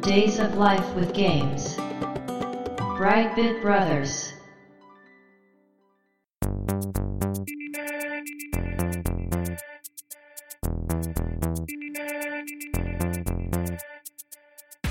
Days of Life with Games. Brightbit Brothers.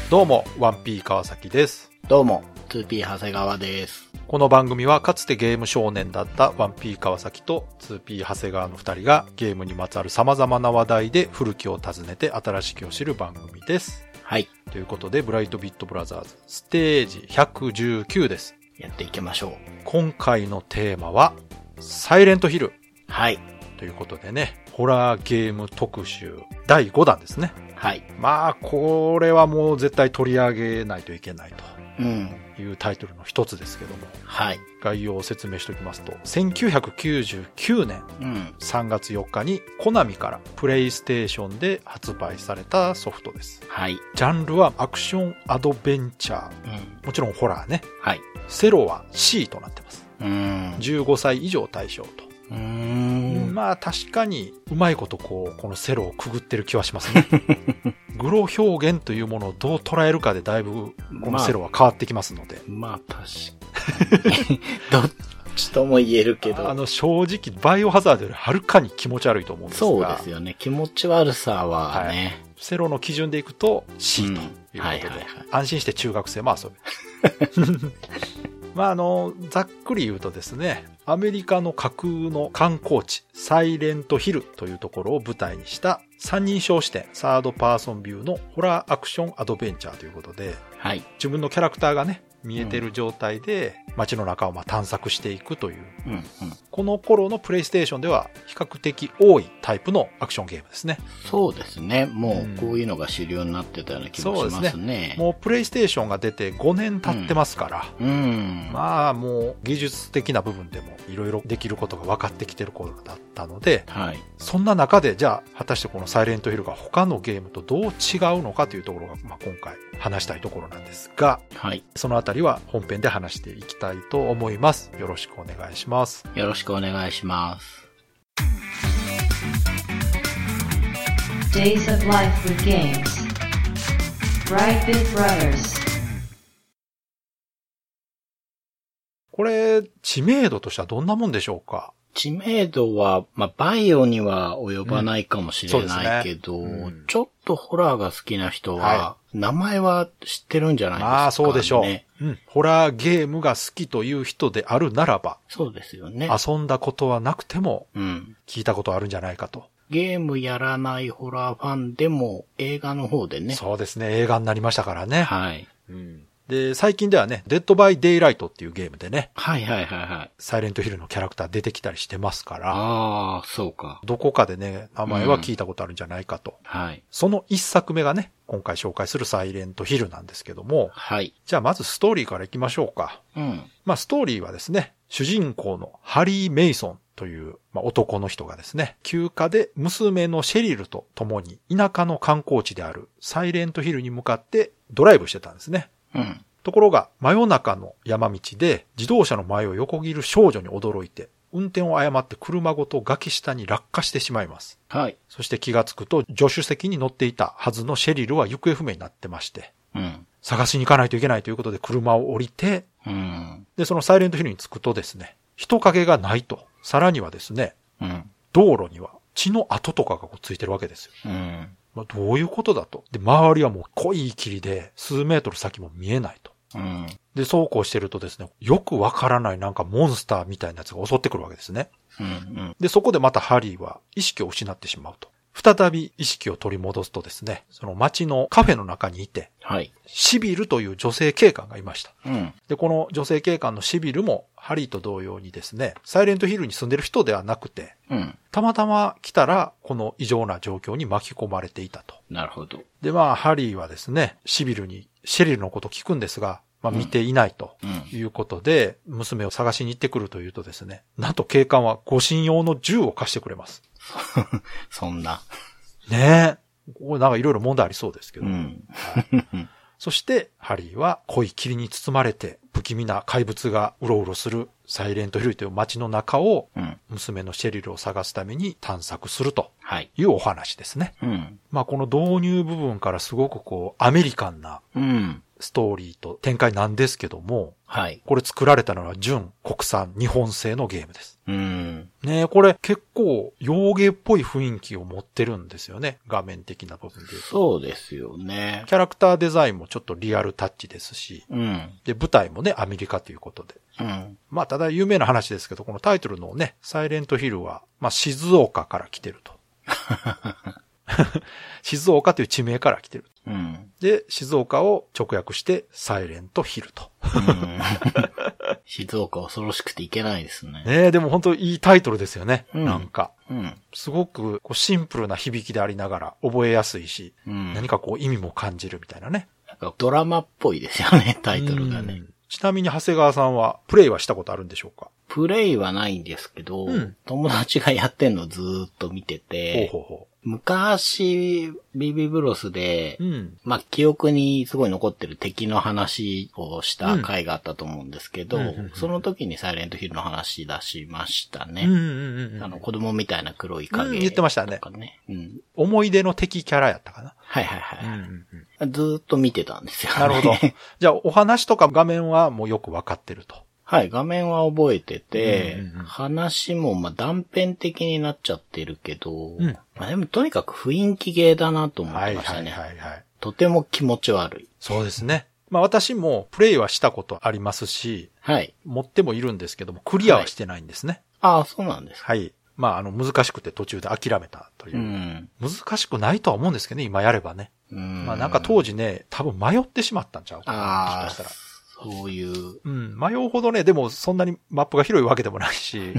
どうも、ワンピー川崎です。どうも、2P 長谷川です。この番組はかつてゲーム少年だったワンピー川崎と 2P 長谷川の2人がゲームにまつわる様々な話題で古きを訪ねて新しきを知る番組です。はい、ということで、ブライトビットブラザーズステージ119です。やっていきましょう。今回のテーマは、サイレントヒルはい、ということでね、ホラーゲーム特集第5弾ですね。はい。まあ、これはもう絶対取り上げないといけないうん、というタイトルの一つですけども。はい。概要を説明しておきますと、1999年うん、 3月4日にコナミからプレイステーションで発売されたソフトです。はい。ジャンルはアクションアドベンチャー。うん、もちろんホラーね。はい。セロは C となってます。うん。 15歳以上対象と。うーん。まあ確かにうまいことこう、このセロをくぐってる気はします ね。グロ表現というものをどう捉えるかでだいぶこのセロは変わってきますので。まあ、確かに。 どっちとも言えるけあど。の正直バイオハザードよりはるかに気持ち悪いと思うんですが。そうですよね。気持ち悪さはね。セロの基準でいくと C といううんことで、はいはいはい安心して中学生も遊べる。 まああの、ざっくり言うとですね、アメリカの架空の観光地、サイレントヒルというところを舞台にした三人称視点、サードパーソンビューのホラーアクションアドベンチャーということで、はい。自分のキャラクターがね、見えてる状態で街の中をまあ探索していくという、うん、うん。この頃のプレイステーションでは比較的多いタイプのアクションゲームですね。そうですね。もうんう、こういうのが主流になってたような気もしそうまですね。もうプレイステーションが出て5年経ってますから、うん。まあもう技術的な部分でもいろいろできることが分かってきてる頃だったので、はい。そんな中でじゃあ果たしてこのサイレントヒルが他のゲームとどう違うのかというところが、まあ、今回話したいところなんですが、はい。そのあたりは本編で話していきたいと思います。よろしくお願いします。よろしくお願いします。 Days of Life with Games. Brightbit Brothers. これ、知名度としてはどんなもんでしょうか知名度は、まあ、バイオには及ばないかもしれないけど、うんそうですねうんちょっとホラーが好きな人は、は名前は知ってるんじゃないですか、ね。まあそうでしょう、うん。ホラーゲームが好きという人であるならば、そうですよね。遊んだことはなくてもうん。聞いたことあるんじゃないかと。ゲームやらないホラーファンでも、映画の方でね。そうですね、映画になりましたからね。はい。で、最近ではね、デッドバイデイライトっていうゲームでね、はいはいはいはい。サイレントヒルのキャラクター出てきたりしてますから、ああ、そうか。どこかでね、名前は聞いたことあるんじゃないかと。はい。その一作目がね、今回紹介するサイレントヒルなんですけども、はい。じゃあまずストーリーからいきましょうか。うん。まあストーリーはですね、主人公のハリー・メイソンという、まあ、男の人がですね、休暇で娘のシェリルと共に田舎の観光地であるサイレントヒルに向かってドライブしてたんですね。うん。ところが真夜中の山道で自動車の前を横切る少女に驚いて運転を誤って車ごと崖下に落下してしまいます。はい。そして気がつくと助手席に乗っていたはずのシェリルは行方不明になってましてうん。探しに行かないといけないということで車を降りてうん。で、そのサイレントヒルに着くとですね、人影がないと。さらにはですね、うん。道路には血の跡とかがこうついてるわけですよ。うん。まあ、どういうことだと。で、周りはもう濃い霧で、数メートル先も見えないと。うん。で、そうこうしてるとですね、よくわからないなんかモンスターみたいなやつが襲ってくるわけですね。うん。で、そこでまたハリーは意識を失ってしまうと。再び意識を取り戻すとですね、その街のカフェの中にいて、はい。シビルという女性警官がいました。うん。で、この女性警官のシビルも、ハリーと同様にですね、サイレントヒルに住んでる人ではなくて、うん。たまたま来たら、この異常な状況に巻き込まれていたと。なるほど。で、まあ、ハリーはですね、シビルにシェリルのこと聞くんですが、まあ、見ていないとうん。いうことで、娘を探しに行ってくるというとですね、なんと警官は護身用の銃を貸してくれます。そんな。ねえ。これなんかいろいろ問題ありそうですけど、うん。そして、ハリーは濃い霧に包まれて、不気味な怪物がうろうろするサイレントヒルという街の中を、うん。娘のシェリルを探すために探索すると はい。いうお話ですね。うん。まあ、この導入部分からすごくこう、アメリカンなうん。ストーリーと展開なんですけども、はい。これ作られたのは純国産日本製のゲームです。うん。ねえこれ結構洋芸っぽい雰囲気を持ってるんですよね。画面的な部分で言うと。そうですよね。キャラクターデザインもちょっとリアルタッチですし、うん。で、舞台もね、アメリカということで。うん。まあ、ただ有名な話ですけど、このタイトルのね、サイレントヒルは、まあ、静岡から来てると。 静岡という地名から来てる。うん。 で、静岡を直訳して、サイレントヒルと。うん、静岡恐ろしくていけないですね。ねえ、でも本当いいタイトルですよね。うんなんか。うん。すごくこうシンプルな響きでありながら覚えやすいし、うん。何かこう意味も感じるみたいなね。なんかドラマっぽいですよね、タイトルがうね。んちなみに長谷川さんは、プレイはしたことあるんでしょうかプレイはないんですけど、うん友達がやってんのずーっと見てほうて、ほうほ昔、ビビブロスで、う。うん。まあ、記憶にすごい残ってる敵の話をした回があったと思うんですけど、うんうんうんうんその時にサイレントヒルの話出しましたね。うんうんうんうあの、ん。子供みたいな黒うんい影、言ってましたねとかね。うん。思い出の敵キャラやったかな。はいはいはい。ずーっと見てたんですよ、ね。。なるほど じゃあ、お話とか画面はもうよくわかってると。 はい、画面は覚えてて、うんうんうん話もまあ断片的になっちゃってるけど、うんまあ、でもとにかく雰囲気ゲーだなと思っはていましたはね。いはいはい。とても気持ち悪い。そうですね。まあ私もプレイはしたことありますし、はい。持ってもいるんですけども、クリアはしてないんですね。ああ、そうなんですか。はい。まああの難しくて途中で諦めたという。うん。難しくないとは思うんですけどね、今やればね。うん。まあなんか当時ね、多分迷ってしまったんちゃうかな、あもあしかしたら。、そういう、うん、迷うほどね、でもそんなにマップが広いわけでもない し、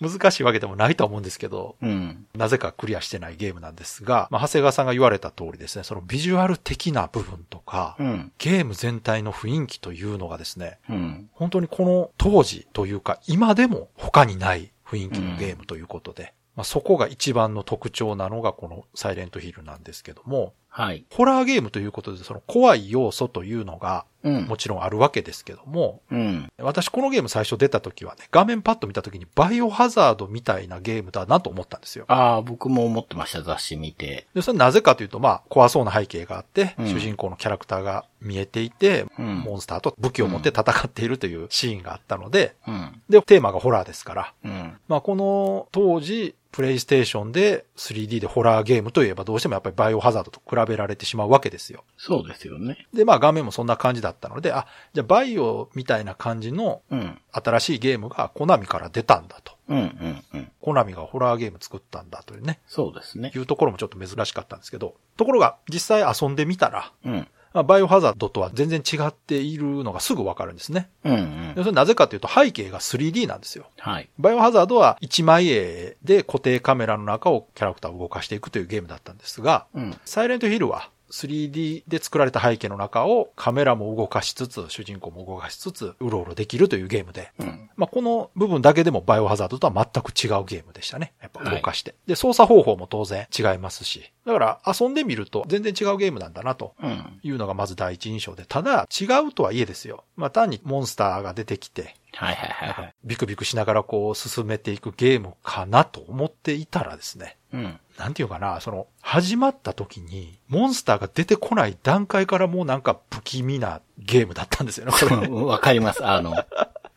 難しいわけでもないとは思うんですけど、うん。なぜかクリアしてないゲームなんですが、まあ、長谷川さんが言われた通りですね、そのビジュアル的な部分とか、うん。ゲーム全体の雰囲気というのがですね、うん。本当にこの当時というか、今でも他にない雰囲気のゲームということで、まあ、そこが一番の特徴なのがこのサイレントヒルなんですけども、はい。ホラーゲームということで、その怖い要素というのがうん。もちろんあるわけですけども、うん。私このゲーム最初出た時はね、画面パッと見た時にバイオハザードみたいなゲームだなと思ったんですよ。ああ、僕も思ってました、雑誌見て。で、それなぜかというと、まあ、怖そうな背景があって、うん主人公のキャラクターが見えていて、うん。モンスターと武器を持って戦っているというシーンがあったので、うん。で、テーマがホラーですから、うん。まあ、この当時、プレイステーションで 3D でホラーゲームといえばどうしてもやっぱりバイオハザードと比べられてしまうわけですよ。そうですよね。で、まあ画面もそんな感じだったので、あ、じゃあバイオみたいな感じのうん。新しいゲームがコナミから出たんだと。うん。うん。うん。コナミがホラーゲーム作ったんだというね、そうですねい。うところもちょっと珍しかったんですけど、ところが実際遊んでみたら、うん。まあバイオハザードとは全然違っているのがすぐわかるんですね。うん。うでん。それなぜかというと背景が 3D なんですよ。はい。バイオハザードは1枚絵で固定カメラの中をキャラクターを動かしていくというゲームだったんですが、うん。サイレントヒルは 3D で作られた背景の中をカメラも動かしつつ、主人公も動かしつつ、うろうろできるというゲームで、うん。まあ、この部分だけでもバイオハザードとは全く違うゲームでしたね。やっぱはい動かして。で、操作方法も当然違いますし。だから遊んでみると全然違うゲームなんだなと。うん。いうのがまず第一印象で。ただ、違うとはいえですよ。まあ、単にモンスターが出てきて、はいはいはいはい。ビクビクしながらこう進めていくゲームかなと思っていたらですね。うん。なんていうかな、その、始まった時に、モンスターが出てこない段階からもうなんか不気味なゲームだったんですよね、これ。 わかります。あの、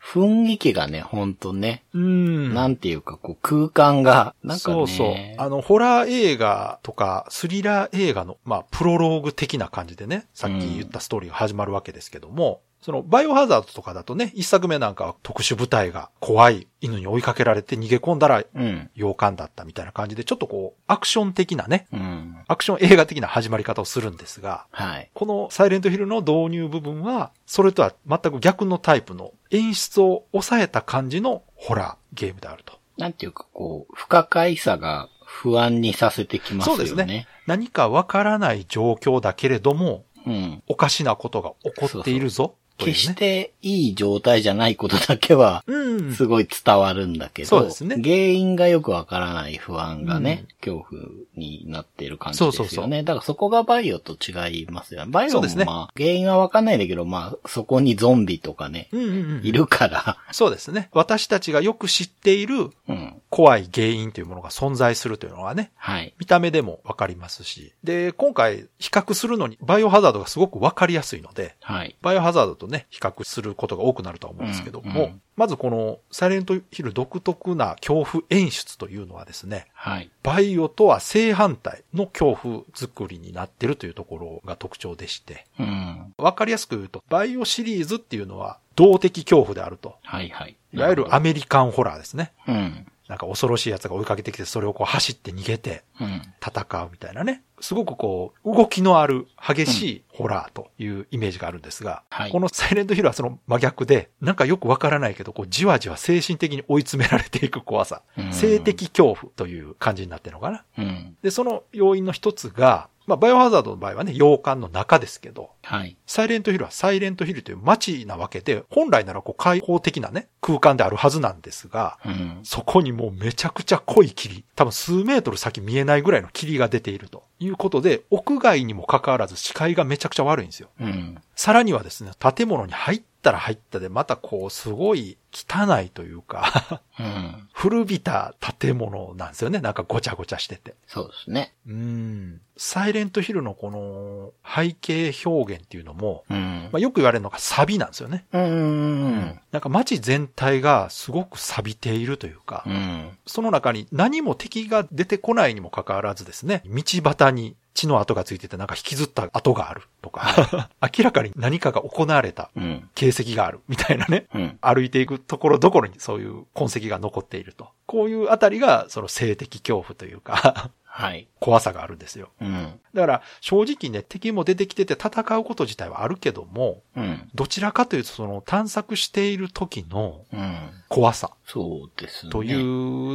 雰囲気がね、ほんとね、うんなんていうか、こう、空間が、なんかね、そうそう。あの、ホラー映画とか、スリラー映画の、まあ、プロローグ的な感じでね、さっき言ったストーリーが始まるわけですけども、その、バイオハザードとかだとね、一作目なんかは特殊部隊が怖い犬に追いかけられて逃げ込んだらうん。洋館だったみたいな感じで、ちょっとこう、アクション的なね、うん。アクション映画的な始まり方をするんですが、はい。このサイレントヒルの導入部分は、それとは全く逆のタイプの演出を抑えた感じのホラーゲームであると。なんていうか、こう、不可解さが不安にさせてきますよね。そうですね何かわからない状況だけれども、うん。おかしなことが起こっているぞというね決していい状態じゃないことだけは、うん。すごい伝わるんだけど、そうですね原因がよくわからない不安がね、恐怖になっている感じですよね。そうそうそうだからそこがバイオと違いますよね。バイそオうもですねまあ、原因はわかんないんだけど、まあ、そこにゾンビとかね、うんうんうんいるから、そうですね。私たちがよく知っているうん。怖い原因というものが存在するというのはね、はい。見た目でもわかりますし。で、今回比較するのに、バイオハザードがすごくわかりやすいので、はい。バイオハザードとね、比較することが多くなるとは思うんですけども、うんうんまずこのサイレントヒル独特な恐怖演出というのはですね、はい。バイオとは正反対の恐怖作りになってるというところが特徴でして、うん。わかりやすく言うと、バイオシリーズっていうのは動的恐怖であると。はいはい。いわゆるアメリカンホラーですね。うん。なんか恐ろしい奴が追いかけてきて、それをこう走って逃げてうん。戦うみたいなね。すごくこう、動きのある激しいホラーというイメージがあるんですが、はいこのサイレントヒルはその真逆で、なんかよくわからないけど、こう、じわじわ精神的に追い詰められていく怖さう。ん性的恐怖という感じになってるのかな。うん。で、その要因の一つが、まあ、バイオハザードの場合はね、洋館の中ですけど、はい。サイレントヒルはサイレントヒルという街なわけで、本来ならこう開放的なね、空間であるはずなんですが、うん。そこにもうめちゃくちゃ濃い霧、多分数メートル先見えないぐらいの霧が出ているということで、屋外にもかかわらず視界がめちゃくちゃ悪いんですよ。うん。さらにはですね、建物に入ったら入ったで、またこう、すごい汚いというか、 うん。古びた建物なんですよね。なんかごちゃごちゃしてて。そうですね。うん。サイレントヒルのこの背景表現っていうのも、うんま。あ、よく言われるのがサビなんですよね。うんうん。なんか街全体がすごく錆びているというかう、ん。その中に何も敵が出てこないにもかかわらずですね、道端に血の跡がついててなんか引きずった跡があるとか、明らかに何かが行われたうん。形跡があるみたいなね。うん。歩いていくところどころにそういう痕跡が残っていると。こういうあたりがその性的恐怖というか、 はい。怖さがあるんですよ。うん。だから正直ね、敵も出てきてて戦うこと自体はあるけども、うん。どちらかというとその探索している時のうん。怖さそうですね。とい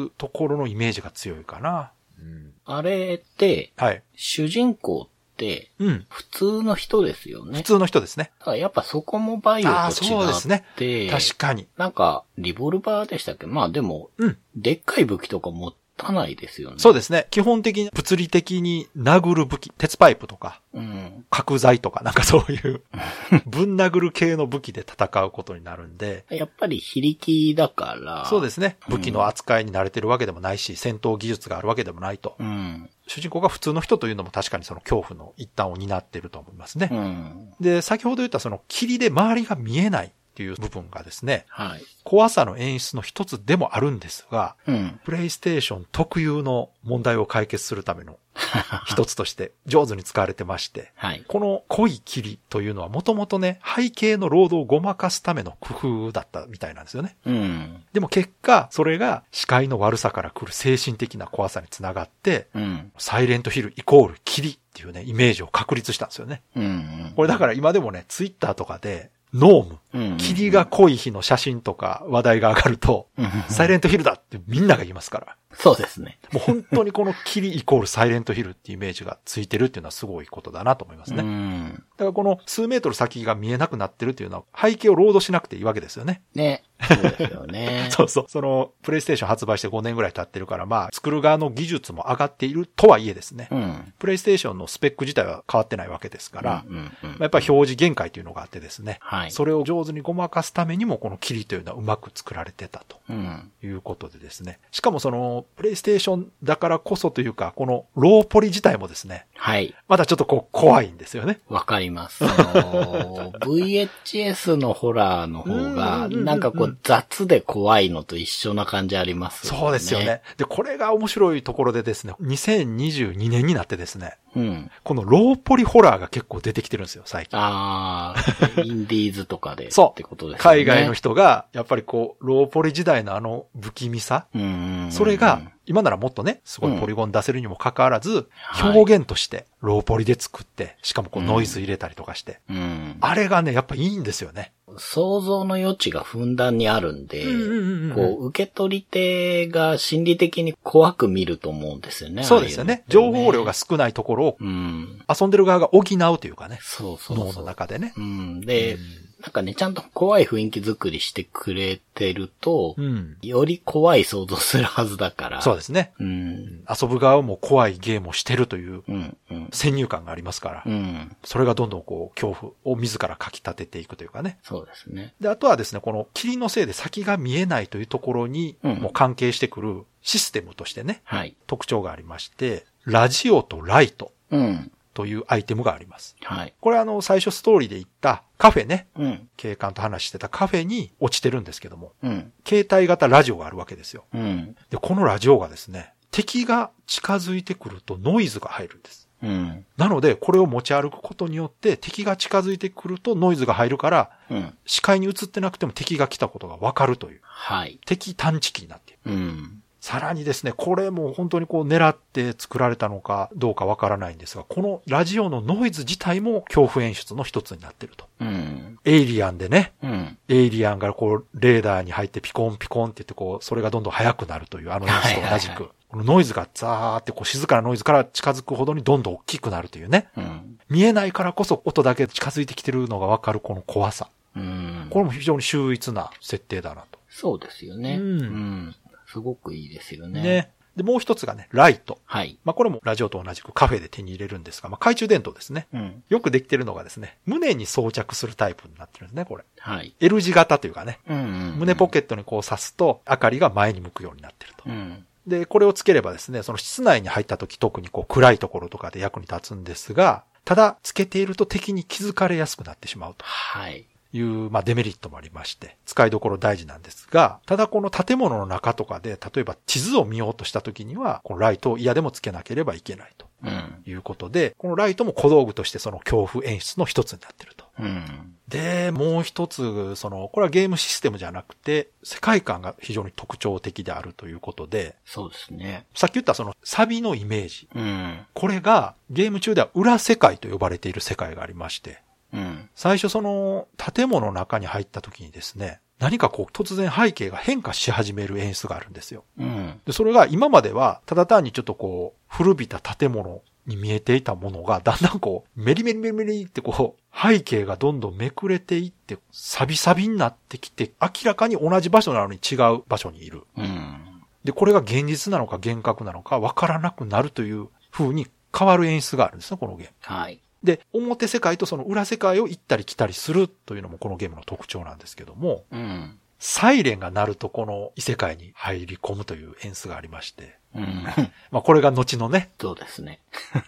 うところのイメージが強いかな。うんあれって、はい。主人公って、うん。普通の人ですよね。普通の人ですね。だからやっぱそこもバイオあーとそうですね違って、確かに。なんか、リボルバーでしたっけまあでも、うん。でっかい武器とか持たないですよね。そうですね。基本的に物理的に殴る武器、鉄パイプとか、うん。角材とか、なんかそういう、 ぶん殴る系の武器で戦うことになるんで、やっぱり非力だから。。そうですすね。武器の扱いに慣れてるわけでもないし、戦闘技術があるわけでもないと。うん。主人公が普通の人というのも確かにその恐怖の一端を担っていると思いますねう。ん。で、先ほど言ったその霧で周りが見えないっていう部分がですね、はい。怖さの演出の一つでもあるんですが、うん。 プレイステーション特有の問題を解決するための一つとして上手に使われてまして、はい。この濃い霧というのはもともとね、背景の労働をごまかすための工夫だったみたいなんですよね。うん。でも結果、それが視界の悪さから来る精神的な怖さにつながって、うん。サイレントヒルイコール霧っていうね、イメージを確立したんですよね。うん。これだから今でもね、ツイッターとかで、ノーム、うん、霧が濃い日の写真とか話題が上がると、うん、サイレントヒルだってみんなが言いますから。そうですね。もう本当にこの霧イコールサイレントヒルっていうイメージがついてるっていうのはすごいことだなと思いますうね。だん。からこの数メートル先が見えなくなってるっていうのは背景をロードしなくていいわけですよね。。ね。 そうですよね そう そう。そのプレイステーション発売して5年ぐらい経ってるからまあ作る側の技術も上がっているとはいえですね。うん。プレイステーションのスペック自体は変わってないわけですから、うんうんうんまあやっぱり表示限界というのがあってですね。はい。それを上手にごまかすためにもこの霧というのはうまく作られてたと。うん。いうことでですね。しかもその、プレイステーションだからこそというか、このローポリ自体もですね、はい。まだちょっとこう怖いんですよね。わかりま す。その VHS のホラーの方うが、んうんうんうんなんかこう雑で怖いのと一緒な感じあります、そうですよね。。で、これが面白いところでですね、2022年になってですね、うん。このローポリホラーが結構出てきてるんですよ、最近。ああ、インディーズとかで。 そうってことですよね。海外の人が、やっぱりこう、ローポリ時代のあの不気味さ、うんうんうん。それが、今ならもっとね、すごいポリゴン出せるにもかかわらず、はい表現として、ローポリで作って、しかもこうノイズ入れたりとかして、うん。あれがね、やっぱいいんですよね。想像の余地がふんだんにあるんで、んこう、受け取り手が心理的に怖く見ると思うんですよね。そうですよね。ああい情うのって報量が。少ないところをうん。遊んでる側が補うというかね、そうそうそう。脳の中でね。うん。で、なんかね、ちゃんと怖い雰囲気作りしてくれてると、うん。より怖い想像するはずだから。そうですね。うん。遊ぶ側も怖いゲームをしてるといううん。うん。先入観がありますからう、ん。それがどんどんこう恐怖を自らかき立てていくというかね。そうですね。で、あとはですね、この霧のせいで先が見えないというところにうんもう関係してくるシステムとしてね、はい。特徴がありまして、ラジオとライトうん。というアイテムがあります。はい。これあの、最初ストーリーで言ったカフェね、うん。警官と話してたカフェに落ちてるんですけども、うん。携帯型ラジオがあるわけですよ。うん。で、このラジオがですね、敵が近づいてくるとノイズが入るんです。うん。なので、これを持ち歩くことによって、敵が近づいてくるとノイズが入るから、うん。視界に映ってなくても敵が来たことがわかるという、はい。敵探知機になっている。うん。さらにですね、これも本当にこう狙って作られたのかどうかわからないんですが、このラジオのノイズ自体も恐怖演出の一つになってると。うん。エイリアンでね、うん。エイリアンがこう、レーダーに入ってピコンピコンって言ってこう、それがどんどん速くなるというあの演出と同じはいはいはく、このノイズがザーってこう、静かなノイズから近づくほどにどんどん大きくなるというね。うん。見えないからこそ音だけ近づいてきてるのがわかるこの怖さ。うん。これも非常に秀逸な設定だなと。そうですよね。うんうん。すごくいいですよね。ね。。で、もう一つがね、ライト。はい。まあ、これもラジオと同じくカフェで手に入れるんですが、まあ、懐中電灯ですね。うん。よくできてるのがですね、胸に装着するタイプになってるんですね、これ。はい。 L 字型というかね、うんうん。胸ポケットにこう刺すと、明かりが前に向くようになってるとう。ん。で、これをつければですね、その室内に入った時特にこう暗いところとかで役に立つんですが、ただ、つけていると敵に気づかれやすくなってしまうとはい。いう、まあ、デメリットもありまして、使いどころ大事なんですが、ただこの建物の中とかで、例えば地図を見ようとした時には、このライトを嫌でもつけなければいけないと。うん。ということで、このライトも小道具としてその恐怖演出の一つになってると。うん。で、もう一つ、その、これはゲームシステムじゃなくて、世界観が非常に特徴的であるということで、そうですね。さっき言ったそのサビのイメージ。うん。これがゲーム中では裏世界と呼ばれている世界がありまして、うん。最初その建物の中に入った時にですね、何かこう突然背景が変化し始める演出があるんですよ。うん。で、それが今までは、ただ単にちょっとこう、古びた建物に見えていたものが、だんだんこう、メリメリメリメリってこう、背景がどんどんめくれていって、サビサビになってきて、明らかに同じ場所なのに違う場所にいる。うん。で、これが現実なのか幻覚なのかわからなくなるという風に変わる演出があるんですね、このゲーム。はい。で、表世界とその裏世界を行ったり来たりするというのもこのゲームの特徴なんですけども、うん。サイレンが鳴るとこの異世界に入り込むという演出がありまして、うん。まあこれが後のね、そうですね。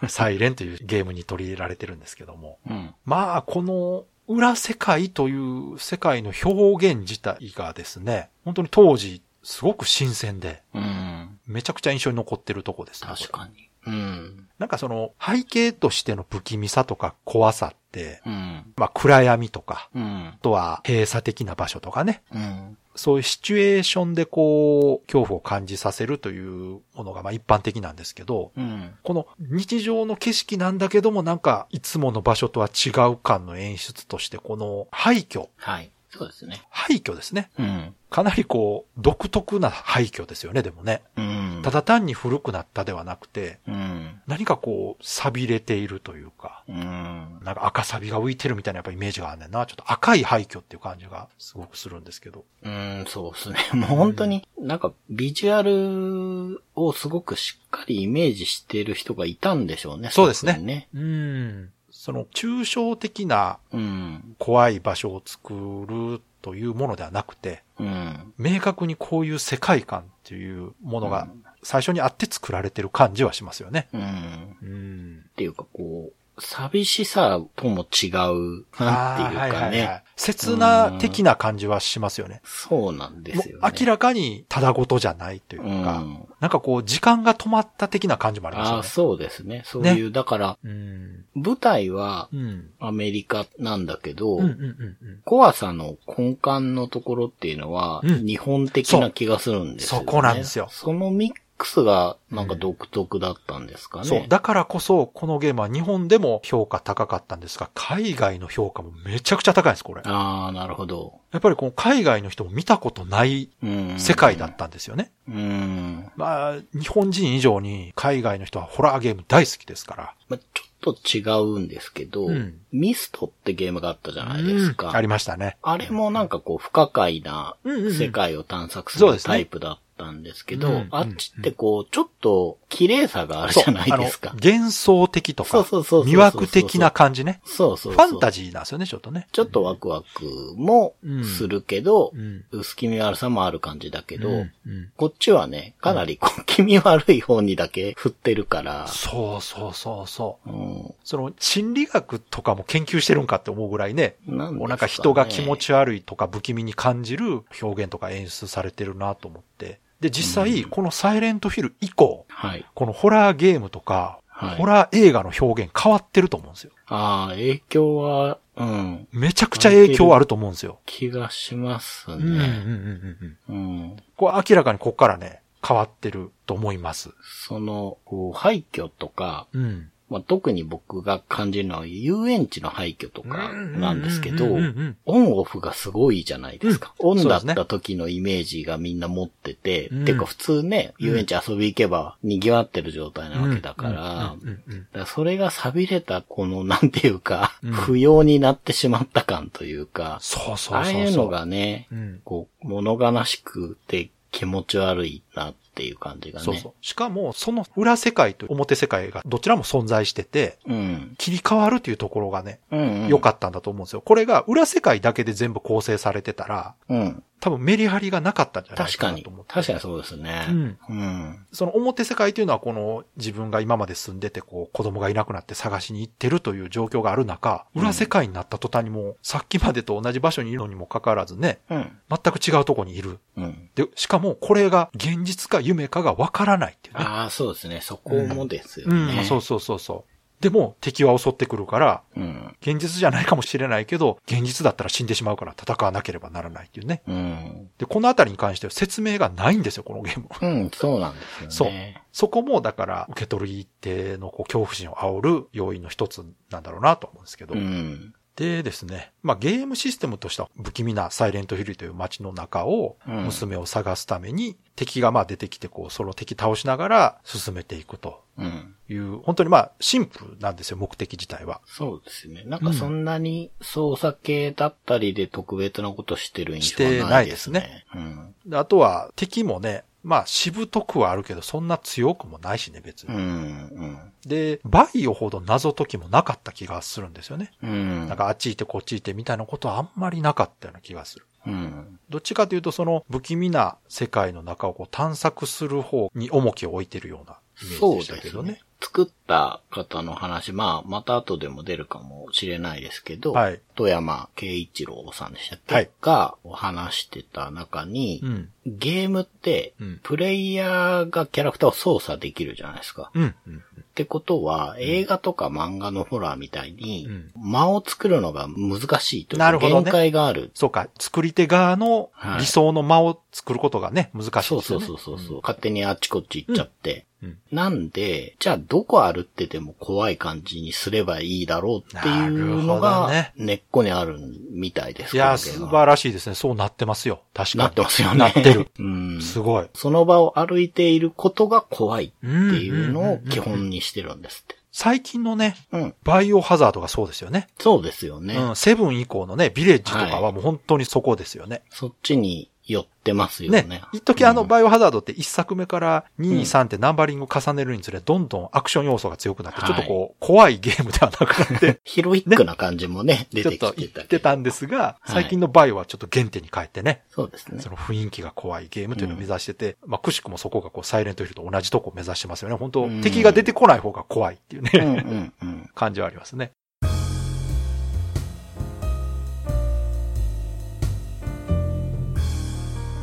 サイレンというゲームに取り入れられてるんですけども。うん。まあこの裏世界という世界の表現自体がですね、本当に当時すごく新鮮で、うん。めちゃくちゃ印象に残ってるとこですね。確これかに。うん。なんかその背景としての不気味さとか怖さって、うん。まあ暗闇とか、うんあ。とは閉鎖的な場所とかね、うん。そういうシチュエーションでこう、恐怖を感じさせるというものがまあ一般的なんですけど、うん。この日常の景色なんだけどもなんかいつもの場所とは違う感の演出としてこの廃墟、はい。そうですね。廃墟ですね。うん。かなりこう独特な廃墟ですよね、でもね。うん。ただ単に古くなったではなくて、うん。何かこう錆びれているというか、うん。なんか赤錆が浮いてるみたいなやっぱイメージがあんねんな。ちょっと赤い廃墟っていう感じがすごくするんですけど。うん、そうですね。 もう本当に、なんか、ビジュアルをすごくしっかりイメージしている人がいたんでしょうね。そうですね特にね。うん。その抽象的なうん。怖い場所を作るというものではなくて、うん。明確にこういう世界観っていうものが最初にあって作られてる感じはしますよね。うん。うん。っていうか、こう、寂しさとも違う、なんていうかね。切な的な感じはしますよね。そうなんですよもうね。明らかにただごとじゃないといううんか、なんかこう時間が止まった的な感じもありますあよあ、ね。そうですね。そういう、だから、うん。舞台はうん。アメリカなんだけど、うんうんうんうん。怖さの根幹のところっていうのは、うん日本的な気がするんですそよ、ねうそこなんですよそのミックスが、なんか独特だったんですかね。そう。だからこそ、このゲームは日本でも評価高かったんですが、海外の評価もめちゃくちゃ高いんです、これ。やああ、なるほど。っぱりこの海外の人も見たことないうん。世界だっ。たんですよね。うん。まあ、日本人以上に海外の人はホラーゲーム大好きですから。まあ、ちょっと違うんですけど、うんミストってゲームがあったじゃないですか。うんありましたね。あれもなんかこう不可解なうんうんうん世界を探索すそうるですねタイプだったんですけど、うんうんうんあっちってこうちょっと綺麗さがあるじそうゃないですかあの。幻想的とそうかそうそうそう、魅惑的な感じね。そうそフうそう。ァンタジーなんですよね、ちょっとね。ちょっとワクワクもするけど、うん。薄気味悪さもある感じだけど、うんうんこっちはね、かなりこう気味悪い方にだけ振ってるから、そうそうそうそう。うん、その心理学とかも研究してるんかって思うぐらいね、なんですかねもうなんか人が気持ち悪いとか不気味に感じる表現とか演出されてるなと思って。で、実際、このサイレントヒル以降、はい。このホラーゲームとか、はいホラー映画の表現変わってると思うんですよ。ああ、影響は、うん、めちゃくちゃ影響あると思うんですよ。気がしますうんうんうんうんね。うん。うん。これ明らかにこっからね、変わってると思います。その、こう、廃墟とか、うん。まあ、特に僕が感じるのは遊園地の廃墟とかなんですけうどんうん、うんオンオフがすごいじゃないですか。うんオンだっそうですねた時のイメージがみんな持ってて、うんてか普通ね、遊園地遊び行けば賑わってる状う態なんわけだから、うんうんうんうんだからそれが錆びれた、この、なんていうか、うん不要になってしまった感というか、そうそうそうそう。ああいうのがね、うんこう、物悲しくて気持ち悪いなっていう感じがね。そうそう。しかも、その裏世界と表世界がどちらも存在してて、うん。切り替わるというところがね、うん、うん。良かったんだと思うんですよ。これが裏世界だけで全部構成されてたら、うん。多分メリハリがなかったんじゃない確かかなにと思っ。て。確かにそうですね。うん。うん。その表世界というのはこの自分が今まで住んでてこう子供がいなくなって探しに行ってるという状況がある中、裏世界になった途端にもうさっきまでと同じ場所にいるのにもかかわらずね、うん。全く違うとこにいる。うん。で、しかもこれが現実か夢かがわからないっていうね。ああ、そうですね。そこもですようね。ん、そうそうそうそう。でも敵は襲ってくるから、うん。現実じゃないかもしれないけど、現実だったら死んでしまうから戦わなければならないっていうね。うん。で、このあたりに関しては説明がないんですよ、このゲームは。うん、そうなんですよね。そこも、だから、受け取り手のこう恐怖心を煽る要因の一つなんだろうなと思うんですけど。うん。でですね、まあゲームシステムとしては不気味なサイレントヒルという街の中を、うん娘を探すために、敵がまあ出てきて、こう、その敵倒しながら進めていくとうん。いう、本当にまあシンプルなんですよ、目的自体は。そうですね。なんかそんなに操作系だったりで特別なことしてる印象はないですね。うん。であとは敵もね、まあしぶとくはあるけど、そんな強くもないしね、別うに。ん。で、バイオほど謎解きもなかった気がするんですよね。うん。うん。なんかあっち行ってこっち行ってみたいなことはあんまりなかったような気がする。うん。どっちかというとその不気味な世界の中をこう探索する方に重きを置いてるようなイメージそでうしたけですどね。ね。作った方の話、まあ、また後でも出るかもしれないですけど、はい富山慶一郎さんでしたっけ、はいが話してた中に、うん。ゲームってうん、プレイヤーがキャラクターを操作できるじゃないですか。うん。うん。ってことは、映画とか漫画のホラーみたいにうん、間を作るのが難しいというなかるほどね限界がある。そうか、作り手側のはい理想の間を作ることがね、難しいそでうすそようね。そうそうそう。勝手にあっちこっち行っちゃって。うんなんで、じゃあどこ歩ってても怖い感じにすればいいだろうっていうなのるほどがね根っこにあるみたいですいや、素晴ららしいですね。そうなってますよ。確かに。なってますよね。なってる。うん。すごい。その場を歩いていることが怖いっていうのを基うんうんうんうん本にしてるんですって。最近のね、うん。バイオハザードがそうですよね。そうですよね。うん、セブン以降のね、ビレッジとかははもう本当にそこですよね。そっちに寄ってますよね。ね、一時あの、うんバイオハザードって一作目からうん2、3ってナンバリング重ねるにつれ、どんどんアクション要素が強くなって、はいちょっとこう、怖いゲームではなくなって、ヒロイックな感じもね、 出ちょってとき言てったてけど。たんですが、はい最近のバイオはちょっと原点に変えてね、そうですねそ。の雰囲気が怖いゲームというのを目指してて、まあ、くしくもそこがこう、サイレントヒルと同じとこを目指してますよね。本当、うん敵が出てこない方が怖いっていうね、うんうんうん。感じはありますね。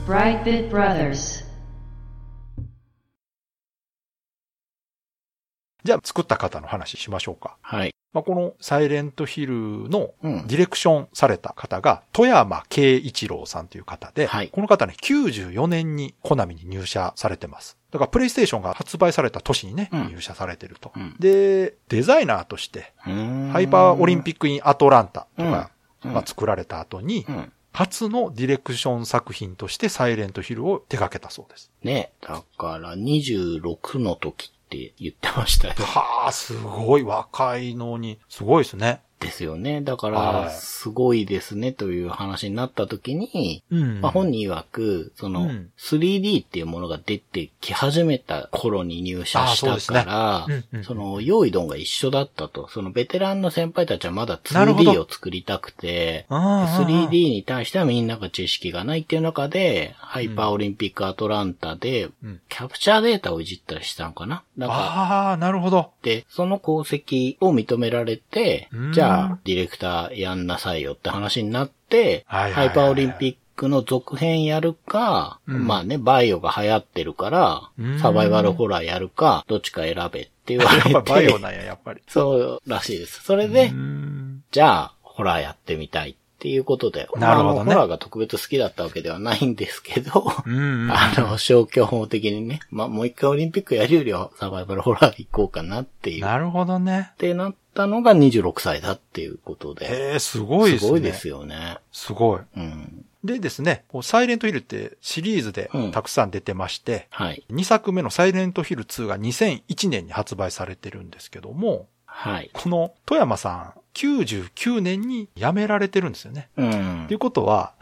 Brightbit Brothers. じゃあ、作った方の話しましょうか。はい。まあ、このサイレントヒルのうんディレクションされた方が、富山慶一郎さんという方で、はいこの方ね、94年にコナミに入社されてます。だから、プレイステーションが発売された年にね、うん入社されてると。うんで、デザイナーとして、ハ ハイパーオリンッピックインアトランタとか、クまあ、作られた後に、うん。初のディレクション作品としてサイレントヒルを手掛けたそうです。ね、だから26の時っって言ってましたよ。はあ、すごい。若いのに。すごいですね。ですよね。だかはいら、すごいですねという話になった時に、うんまあ、本人曰く、そうのん、 3D っていうものが出てき始めた頃に入社しあーそうでたすねから、うんうんその、用意どんが一緒だったと。その、ベテランの先輩たちはまだなるほど 2D を作りたくて、ああ 3D に対してはみんなが知識がないっていう中で、ハイパーオリンピックアトランタでうん、キャプチャーデータをいじったりしたのかななんか、ああ、なるほ ど。で、その功績を認められてうん、じゃあ、ディレクターやんなさいよって話になって、はいはいはいハイパーオリンピックの続編やるか、うんまあね、バイオが流行ってるかうんら、サバイバルホラーやるか、どっちか選べって言わやっぱりれバイオて、なんや、やっぱり。 そうらしいです。それで、うんじゃあ、ホラーやってみたいっていうことで、なるほどねまああのホラーが特別好きだったわけではないんですけど、うん。 あの、消去法的にね、まあ、もう一回オリンピックやるよりはサバイバルホラー行こうかなっていう。っなるほどね。てなったのが26歳だっていうことで。へえ、すごいですね。すごいですよね。すごい。うん。でですね、こうサイレントヒルってシリーズでうんたくさん出てまして、はい。 2作目のサイレントヒル2が2001年に発売されてるんですけども、はい。この富山さん99年に辞められてるんですよね。うんとい。うことは、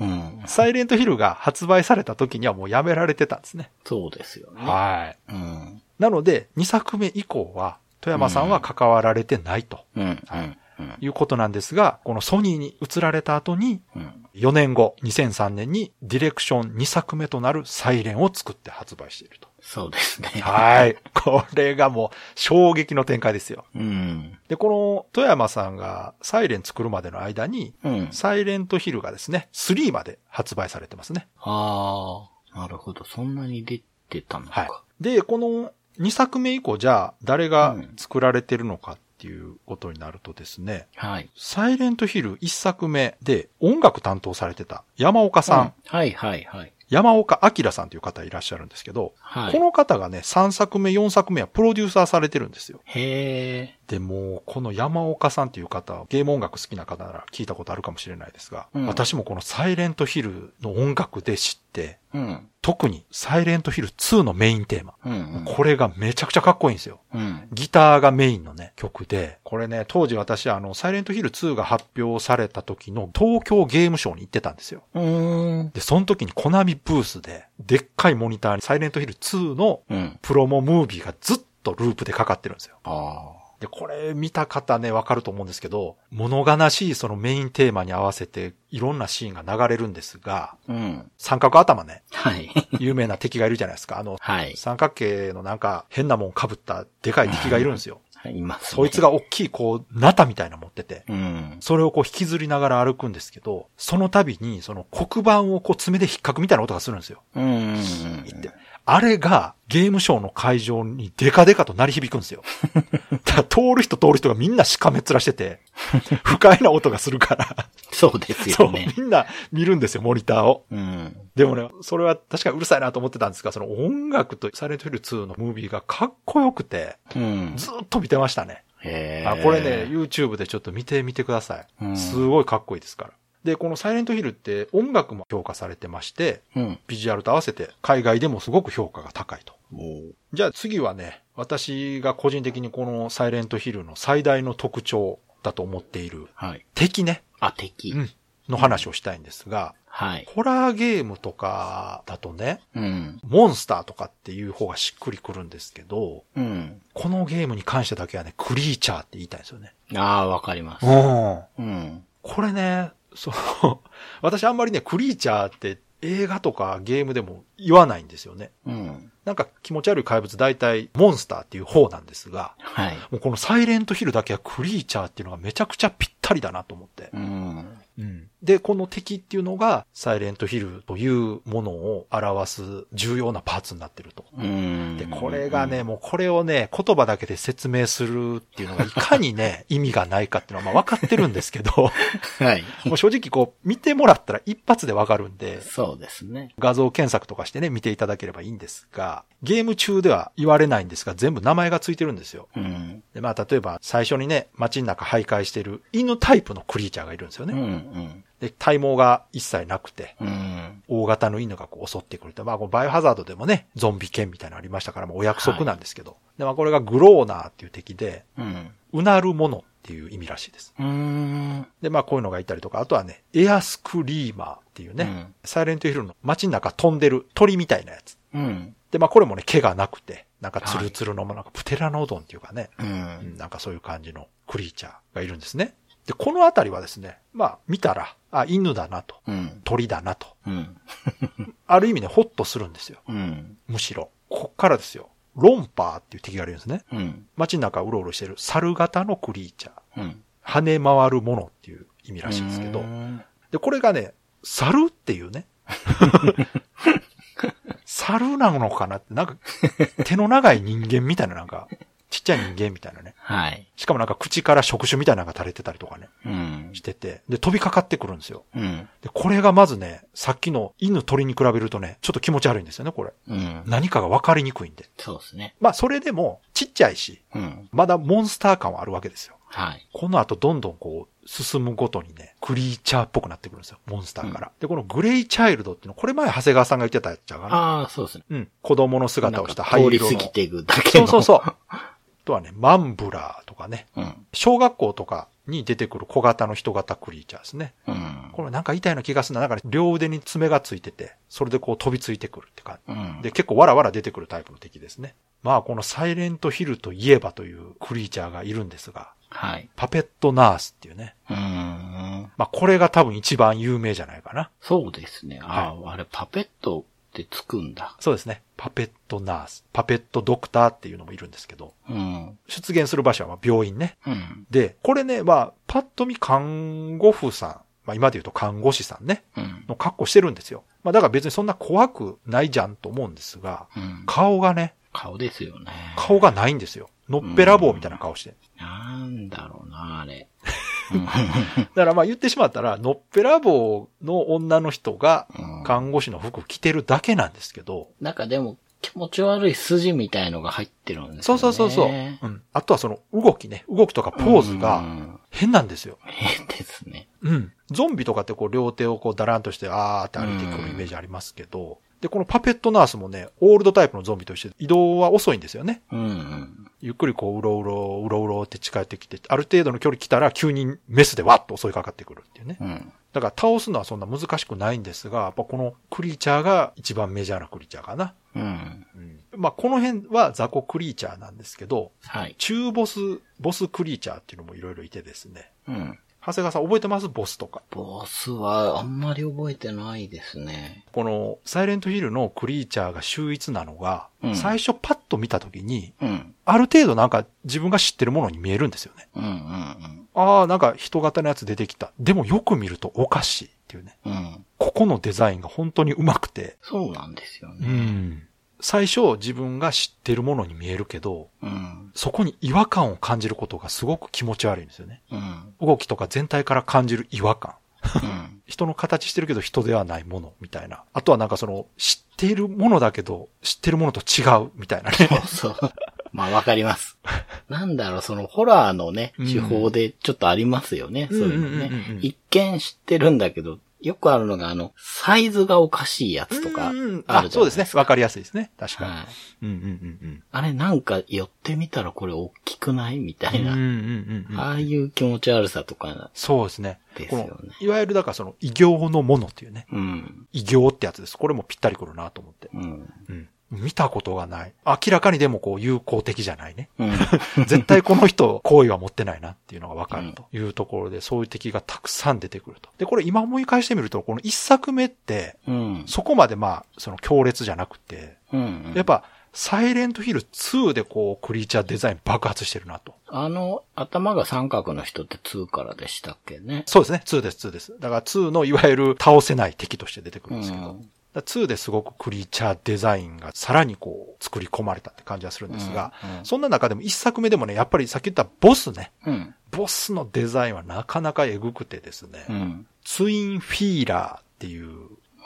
うん。サイレントヒルが発売された時にはもう辞められてたんですね。そうですよね。はい。うん。なので、2作目以降は、富山さんは関わられてないとうん。うん。うんいうことなんですが、このソニーに移られた後に、うん。 4年後、2003年にディレクション2作目となるサイレンを作って発売していると。そうですね。はい。 これがもう衝撃の展開ですよ。うん。で、この富山さんがサイレン作るまでの間に、うん。サイレントヒルがですね、3まで発売されてますね。ああ、なるほど。そんなに出てたのか。はい。で、この2作目以降、じゃあ誰が作られてるのかっていうことになるとですね、はい。サイレントヒル1作目で音楽担当されてた山岡さん、うんはいはいはい。山岡明さんという方いらっしゃるんですけど、はい。この方がね、3作目、4作目はプロデューサーされてるんですよ。へえ。で、もう、この山岡さんっていう方は、ゲーム音楽好きな方なら聞いたことあるかもしれないですが、うん私もこのサイレントヒルの音楽で知って、うん。特にサイレントヒル2のメインテーマ。うんうん。これがめちゃくちゃかっこいいんですよ。うん。ギターがメインのね、曲で、これね、当時私、あの、サイレントヒル2が発表された時の東京ゲームショーに行ってたんですよ。うーん。で、その時にコナミブースで、でっかいモニターにサイレントヒル2のうん。プロモムービーがずっとループでかかってるんですよ。あで、これ見た方ね、わかると思うんですけど、物悲しいそのメインテーマに合わせていろんなシーンが流れるんですが、あ。うん。三角頭ね、はい。有名な敵がいるじゃないですか。あの、はい。三角形のなんか変なもん被ったでかい敵がいるんですよ。います、ね。そいつ。が大きいこう、ナタみたいなの持ってて、うん。それをこう引きずりながら歩くんですけど、その度にその黒板をこう爪で引っかくみたいな音がするんですよ。うん。言って。あれがゲームショーの会場にデカデカと鳴り響くんです よ。だから通る人通る人がみんなしかめっ面して て、不快な音がするから、そうですそう、よね。みんな見るんですよ、モニターを。うん。でもね、それは確かにうるさいなと思ってたんですが、その音楽とサイレントヒル2のムービーがかっこよくて、うん。ずっと見てましたね。へーあこれね、、YouTube でちょっと見てみてください。うんすごいかっこいいですから。で、このサイレントヒルって音楽も評価されてまして、うん。ビジュアルと合わせて海外でもすごく評価が高いと。おうじゃあ次はね、私が個人的にこのサイレントヒルの最大の特徴だと思っているはい。敵ね、あ、敵。うんの話をしたいんですが、はい。ホラーゲームとかだとね、うん。モンスターとかっていう方がしっくりくるんですけど、うん。このゲームに関してだけはね、クリーチャーって言いたいんですよね。ああ、わかります。ん。うん。これね、その、 私あんまりね、クリーチャーって映画とかゲームでも言わないんですよね。うん。なんか気持ち悪い怪物大体モンスターっていう方なんですが、はい。もうこのサイレントヒルだけはクリーチャーっていうのがめちゃくちゃぴったりだなと思ってう。ん。で、この敵っていうのがサイレントヒルというものを表す重要なパーツになってると。うん。で、これがね、、もうこれをね、言葉だけで説明するっていうのがいかにね、 意味がないかっていうのはまあ分かってるんですけど、はい。もう正直こう、見てもらったら一発で分かるんで、そうですね。画像検索とかしてね、見ていただければいいんですが、ゲーム中では言われないんですが、全部名前がついてるんですよ。うん。で、まあ、例えば、最初にね、街の中徘徊してる犬タイプのクリーチャーがいるんですようね。ん。うん。で、体毛が一切なくて、うん。大型の犬がこう襲ってくると。まあ、このバイオハザードでもね、ゾンビ犬みたいなのありましたから、もうお約束なんですけど。で、まあ、これがグローナーっていう敵で、うん。うなるものっていう意味らしいです。うーん。で、まあ、こういうのがいたりとか、あとはね、エアスクリーマーっていうね、うんサイレントヒルの街の中飛んでる鳥みたいなやつ。うん。で、まあ、これもね、毛がなくて、なんかツルツルの、なんかプテラノドンっていうかね、ううんん。なんかそういう感じのクリーチャーがいるんですね。で、このあたりはですね、まあ、見たら、あ、犬だなと、うん。鳥だなと、うん。ある意味ね、ホッとするんですよ。うん。むしろ。こっからですよ。ロンパーっていう敵がいるんですね。うん。街の中をうろうろしてる猿型のクリーチャー。うん。跳ね回るものっていう意味らしいんですけうどー。んで、これがね、猿っていうね。猿なのかなって、なんか、手の長い人間みたいな、なんか、ちっちゃい人間みたいなね。はい。しかもなんか口から触手みたいなのが垂れてたりとかね、うんし。てて。で、飛びかかってくるんですよ。うん。で、これがまずね、さっきの犬鳥に比べるとね、ちょっと気持ち悪いんですよね、これ。うん。何かが分かりにくいんで。そうですね。まあ、それでも、ちっちゃいし、うん。まだモンスター感はあるわけですよ。はい。この後どんどんこう、進むごとにね、クリーチャーっぽくなってくるんですよ、モンスターから。で、このグレイチャイルドっていうの、これ前長谷川さんが言ってたやつちゃうかな。ああ、そうですね。うん。子供の姿をした灰通り色過の。ぎていくだけその。うそうそう。あとはね、マンブラーとかね、う。うん。小学校とかに出てくる小型の人型クリーチャーですね。うん。これなんか痛いような気がするな。なんかね両腕に爪がついてて、それでこう飛びついてくるって感うじ。ん。で、、結構わらわら出てくるタイプの敵ですね。まあ、このサイレントヒルといえばというクリーチャーがいるんですが、はい。パペットナースっていうね。うーん。まあ、これが多分一番有名じゃないかな。そうですね。ああ、あれ、パペットってつくんだ。そうですね。パペットナース、パペットドクターっていうのもいるんですけど、うん。出現する場所はまあ病院ね。うん。で、これね、まあ、パッと見看護婦さん、まあ今で言うと看護師さんね、うん。の格好してるんですよ。まあだから別にそんな怖くないじゃんと思うんですが、うん。顔がね、顔ですよね。顔がないんですよ。のっぺらぼうみたいな顔して。なんだろうな、あ れ。だからまあ言ってしまったら、のっぺらぼうの女の人がうん看護師の服着てるだけなんですけど、なんかでも、気持ち悪い筋みたいのが入ってるんですよね。そうそうそうそう。うん。あとはその動きね、動きとかポーズうがん変なんですよ。変ですね。うん。ゾンビとかってこう両手をこうだらんとしてあーって歩いてくるイメージありますけど、で、このパペットナースもね、オールドタイプのゾンビとして移動は遅いんですよね。うんうん。ゆっくりこう、うろうろ、うろうろって近寄ってきて、ある程度の距離来たら急にメスでわっと襲いかかってくるっていうねう。ん。だから倒すのはそんな難しくないんですが、やっぱこのクリーチャーが一番メジャーなクリーチャーかな。うん。うん。まあ、この辺は雑魚クリーチャーなんですけど、はい。中ボス、ボスクリーチャーっていうのもいろいろいてですね。うん。長谷川さん覚えてますボスとか。ボスはあんまり覚えてないですね。この、サイレントヒルのクリーチャーが秀逸なのが、うん最初パッと見た時に、うん。ある程度なんか自分が知ってるものに見えるんですよね。うんうんああ、なんか人型のやつ出てきた。でもよく見るとおかしいっていうね。うん。うん。ここのデザインが本当にうまくて。そうなんですよね。ん。最初自分が知ってるものに見えるけど、うん。そこに違和感を感じることがすごく気持ち悪いんですよね。うん。動きとか全体から感じる違和感。 うん。人の形してるけど人ではないものみたいな。あとはなんかその、知っているものだけど、知ってるものと違うみたいなね。そうそう。まあわか ります。なんだろう、そのホラーのね、うん手法でちょっとありますよね、そういうのうんうんうんうねん。一見知ってるんだけど、よくあるのがあの、サイズがおかしいやつとか、あうるんじうゃんなあいですか。そうですね。わかりやすいですね。確かに。はい。うんうんうんうん。あれなんか寄ってみたらこれ大きくないみたいうんうな。んうんうんああいう気持ち悪さとか。そうですね。ですこよのねいわゆるだからその、異形のものっていうね。うん。異形ってやつです。これもぴったりくるなと思って。うん。うん。見たことがない。明らかにでもこう、友好的じゃないね。うん。絶対この人、好意は持ってないなっていうのがわかるというところで、そういう敵がたくさん出てくると。で、これ今思い返してみると、この一作目って、うん。そこまでまあ、その強烈じゃなくて、うんやっぱ、サイレントヒル2でこう、クリーチャーデザイン爆発してるなと。あの、頭が三角の人って2からでしたっけね。そうですね、2です、2です。だから2のいわゆる倒せない敵として出てくるんですけど、うんだから2ですごくクリーチャーデザインがさらにこう、作り込まれたって感じがするんですが、うんうんそんな中でも一作目でもね、やっぱりさっき言ったボスね、うん。ボスのデザインはなかなかえぐくてですね、うん。ツインフィーラーっていう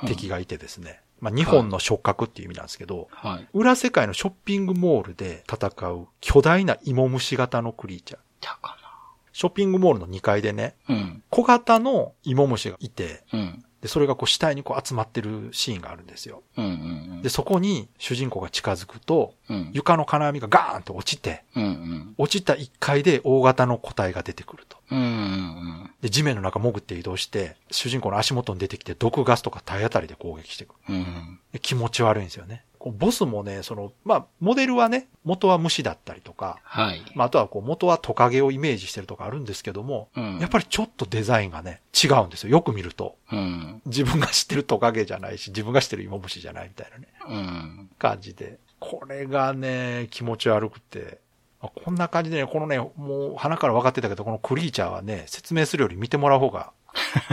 敵がいてですね、まあ2本の触覚っていう意味なんですけど、はい。裏世界のショッピングモールで戦う巨大な芋虫型のクリーチャー。たかな。ショッピングモールの2階でね、うん。小型の芋虫がいて、うん。で、それがこう死体にこう集まってるシーンがあるんですよ。うん。うん。で、そこに主人公が近づくと、うん。床の金網がガーンと落ちて、うん。うん。落ちた1階で大型の個体が出てくると。うん。うん。で、地面の中潜って移動して、主人公の足元に出てきて毒ガスとか体当たりで攻撃してくる。うん。で気持ち悪いんですよね。こうボスもね、その、まあ、モデルはね、元は虫だったりとか、はい。まあ、あとはこう元はトカゲをイメージしてるとかあるんですけども、うん。やっぱりちょっとデザインがね、違うんですよ。よく見ると。うん。自分が知ってるトカゲじゃないし、自分が知ってるイモムシじゃないみたいなね、うん。感じで。これがね、気持ち悪くて。あこんな感じでね、このね、もう鼻から分かってたけど、このクリーチャーはね、説明するより見てもらう方 が、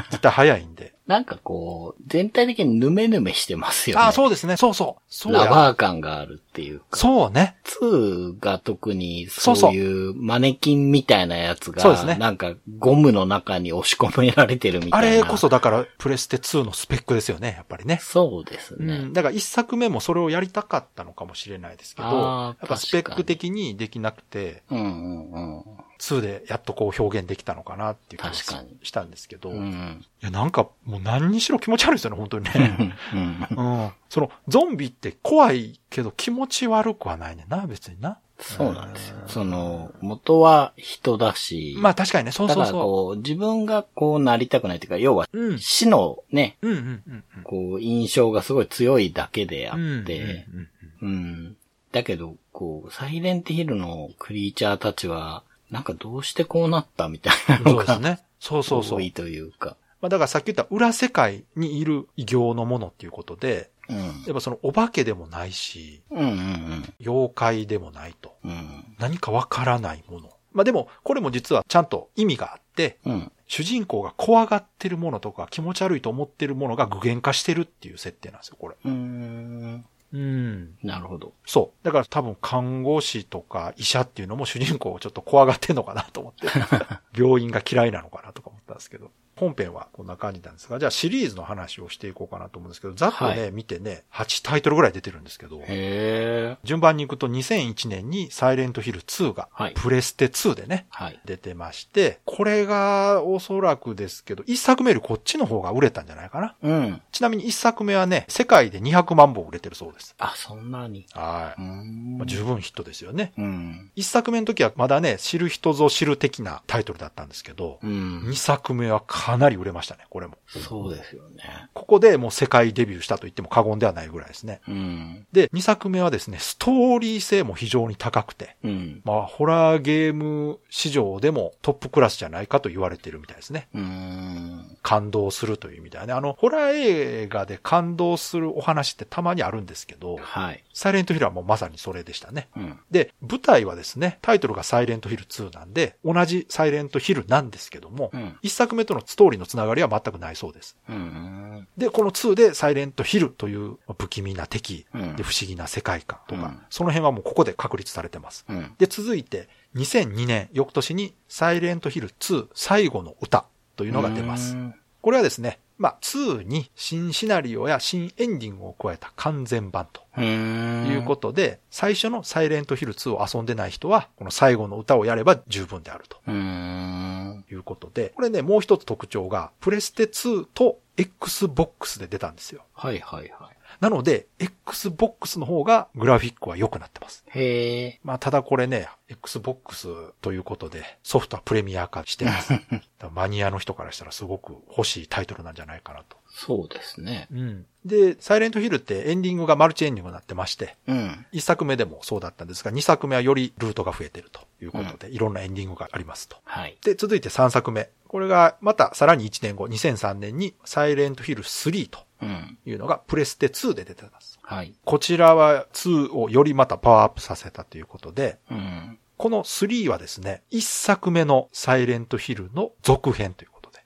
絶対早いんで。なんかこう、全体的にヌメヌメしてますよね。あ、そうですね。そうそう。そうラや。バー感があるっていうか。そうね。 2が特にそうそういうマネキンみたいなやつそうですねが、なんかゴムの中に押し込められてるみたあいれな。こ。そだから、プレステ2のスペックですよね、やっぱりね。そうですうねん。。だから一作目もそれをやりたかったのかもしれないですけど、やあーっぱスペック確かに的にできなくて、うんうん2でやっとこう表現できたのかなっていう気が確かにしたんですけど、うん。ういん。やなんかもう何にしろ気持ち悪いですよね、本当にね。うん。うん。その、ゾンビって怖いけど気持ち悪くはないねんな、別にな。そうなんですよ。その、元は人だし、まあ確かにね、そうだそかうらそこう、自分がこうなりたくないというか、要はう。うん。死のね、うんうんうんうん。こう、印象がすごい強いだけであうんうんうんって、うん。だけど、こう、サイレントヒルのクリーチャーたちは、なんかどうしてこうなったみたいなそのうですが、ね。そうそうそ多う。いというか。まあだからさっき言った裏世界にいる異形のものっていうことで、うん。やっぱそのお化けでもないし、うんうん妖怪でもないと。うん。うん。何かわからないもの。まあでも、これも実はちゃんと意味があって、うん。主人公が怖がってるものとか気持ち悪いと思ってるものが具現化してるっていう設定なんですよ、これ。うーん。うん。なるほど。そう。だから多分看護師とか医者っていうのも主人公をちょっと怖がってんのかなと思 って。病院が嫌いなのかなとか思ったんですけど。本編はこんな感じなんですが、じゃあシリーズの話をしていこうかなと思うんですけど、ざっとね、は見てね、8タイトルぐらい出てるんですけど、へえ。順番に行くと2001年にサイレントヒル2がはい、プレステ2でね、はい。出てまして、これがおそらくですけど、一作目よりこっちの方が売れたんじゃないかな。うん。ちなみに一作目はね、世界で200万本売れてるそうです。あ、そんなに。はうい。ーん。まあ、十分ヒットですよね。うん。一作目の時はまだね、知る人ぞ知る的なタイトルだったんですけど、うん二。作目はかなり売れましたね、これも。そうですよね。ここでもう世界デビューしたと言っても過言ではないぐらいですね。うん。で、二作目はですね、ストーリー性も非常に高くて、うん。まあ、ホラーゲーム市場でもトップクラスじゃないかと言われてるみたいですね。うーん。感動するという意味ではね。あの、ホラー映画で感動するお話ってたまにあるんですけど、はい。サイレントヒルはもうまさにそれでしたね。うん。で、舞台はですね、タイトルがサイレントヒル2なんで、同じサイレントヒルなんですけどもう、ん。一作目とのストーリーのつながりは全くないそうです。うん。で、この2でサイレントヒルという不気味な敵、うんで不思議な世界観とか、うんその辺はもうここで確立されてます。うん。で、続いて、2002年、翌年に、サイレントヒル2最後の歌というのが出ますう。ん。これはですね、まあ、2に新シナリオや新エンディングを加えた完全版とうーん。いうことで、最初のサイレントヒル2を遊んでない人は、この最後の歌をやれば十分であるとうーん。いうことで、これね、もう一つ特徴が、プレステ2と Xbox で出たんですよ。はいはいはい。なので、Xbox の方がグラフィックは良くなってます。へえ。まあ、ただこれね、Xbox ということで、ソフトはプレミア化して ます。だからマニアの人からしたらすごく欲しいタイトルなんじゃないかなと。そうですね。うん。で、サイレントヒルってエンディングがマルチエンディングになってまして、うん。 1作目でもそうだったんですが、2作目はよりルートが増えてるということで、いろんなエンディングがありますと。はい。で、続いて3作目。これがまたさらに1年後、2003年にサイレントヒル3とうん。いうのがプレステ2で出てます。はい。こちらは2をよりまたパワーアップさせたということで、うん。この3はですね、1作目のサイレントヒルの続編ということで、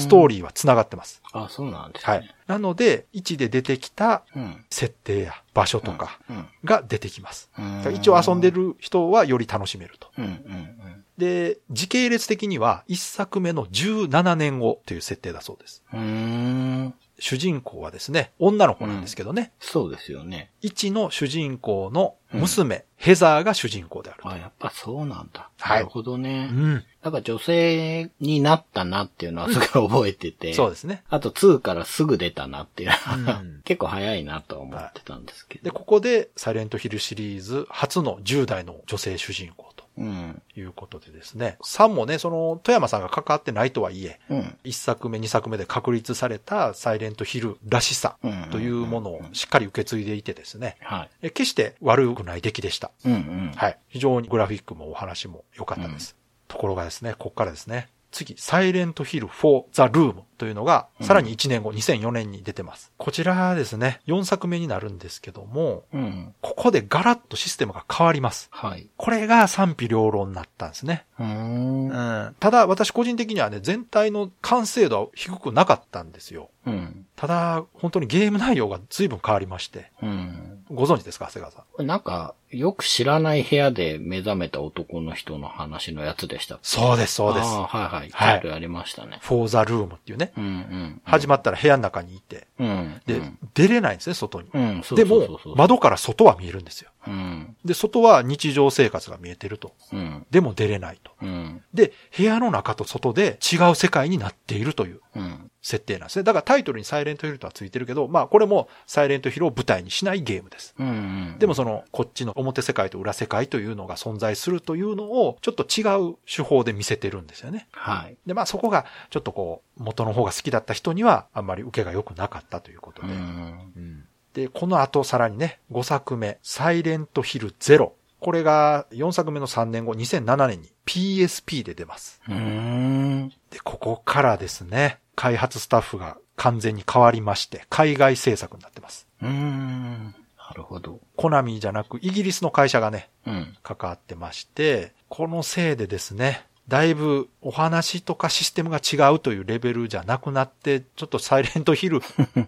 ストーリリーは繋がってます。ー。あ、そうなんですね。はい。。なので、1で出てきたうん。設定や場所とかうん。が出てきます。だかうらん。一応遊んで。る人はより楽しめると。うんうんうん。で、時系列的には1作目の17年後という設定だそうです。うーん。主人公はですね、女の子なんですけどね、そうですよね。 1の主人公の娘、ヘザーが主人公であると。あ、やっぱそうなんだ。はいなるほどね。うん。なんか女性になったなっていうのはすごい覚えてて。そうですね。あと2からすぐ出たなっていうのは、うん 結構早いなとは思ってたんですけで、ど。ここで、サイレントヒルシリーズ初の10代の女性主人公とうん。いうことでですね、3もね、その、富山さんが関わってないとはいえ、うん。 1作目、2作目で確立されたサイレントヒルらしさうんというものをしっかり受け継いでいてですね、はい。え決して悪くない出来でした。うんうん。はい。非常にグラフィックもお話も良かったです。ところがですね、こっからですね、次、サイレントヒル4ザルームというのが、うんさらに1年後、2004年に出てます。こちらですね、4作目になるんですけども、うん。ここでガラッとシステムが変わります。はい。これが賛否両論になったんですね。うーん。うん。ただ、私個人的にはね、全体の完成度は低くなかったんですよ。うん。ただ、本当にゲーム内容が随分変わりまして、うん。ご存知ですか、長谷川さん。これなんか、よく知らない部屋で目覚めた男の人の話のやつでした。そうです、そうです。ああはいははいい。いろいろありましたね。フォーザルームっていうね、うんうん。始まったら部屋の中にいて、うん。で、うん出れないんですね、外に。うん、そうでそうそうもそ、う。窓から外は見えるんですよ。うん。で、外は日常生活が見えてると。うん。でも出れないと。うん。で、部屋の中と外で違う世界になっているといううん。設定なんですね。だからタイトルにサイレントヒルとはついてるけど、まあこれもサイレントヒルを舞台にしないゲームです。うん。でも、その、こっちの表世界と裏世界というのが存在するというのを、ちょっと違う手法で見せてるんですよね。はい。で、まあそこが、ちょっとこう、元の方が好きだった人には、あんまり受けが良くなかったということうで。ん。で、この後さらにね、5作目、サイレントヒルゼロ。これが4作目の3年後、2007年に PSP で出ます。うん。で、ここからですね、開発スタッフが完全に変わりまして、海外制作になってます。うん。なるほど。コナミじゃなく、イギリスの会社がね、うん。関わってまして、このせいでですね、だいぶお話とかシステムが違うというレベルじゃなくなって、ちょっとサイレントヒル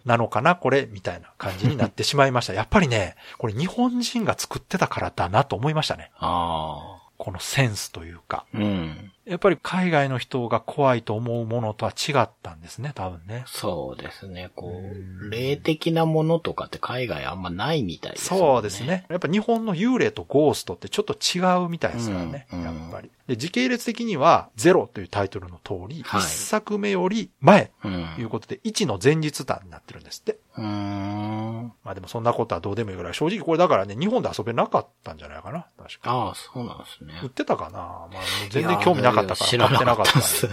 なのかなこれみたいな感じになってしまいました。やっぱりね、これ日本人が作ってたからだなと思いましたね。あこのセンスというか。あ。うん。やっぱり海外の人が怖いと思うものとは違ったんですね、多分ね。そうですね。こうう、ん霊的なものとかって海外あんまないみたいですもんそうです。ね。やっぱ日本の幽霊とゴーストってちょっと違うみたいですからね。うんうんやっぱり。で、時系列的には、ゼロというタイトルの通り、一はい1作目より前う。というんことで、1の前日談になってるんですって。うん。まあでもそんなことはどうでもいいぐらい、正直これだからね、日本で遊べなかったんじゃないかな。確か。ああ、そうなんですね売っ。てたかなまあもう全然興味なかったから、買ってなかったんっす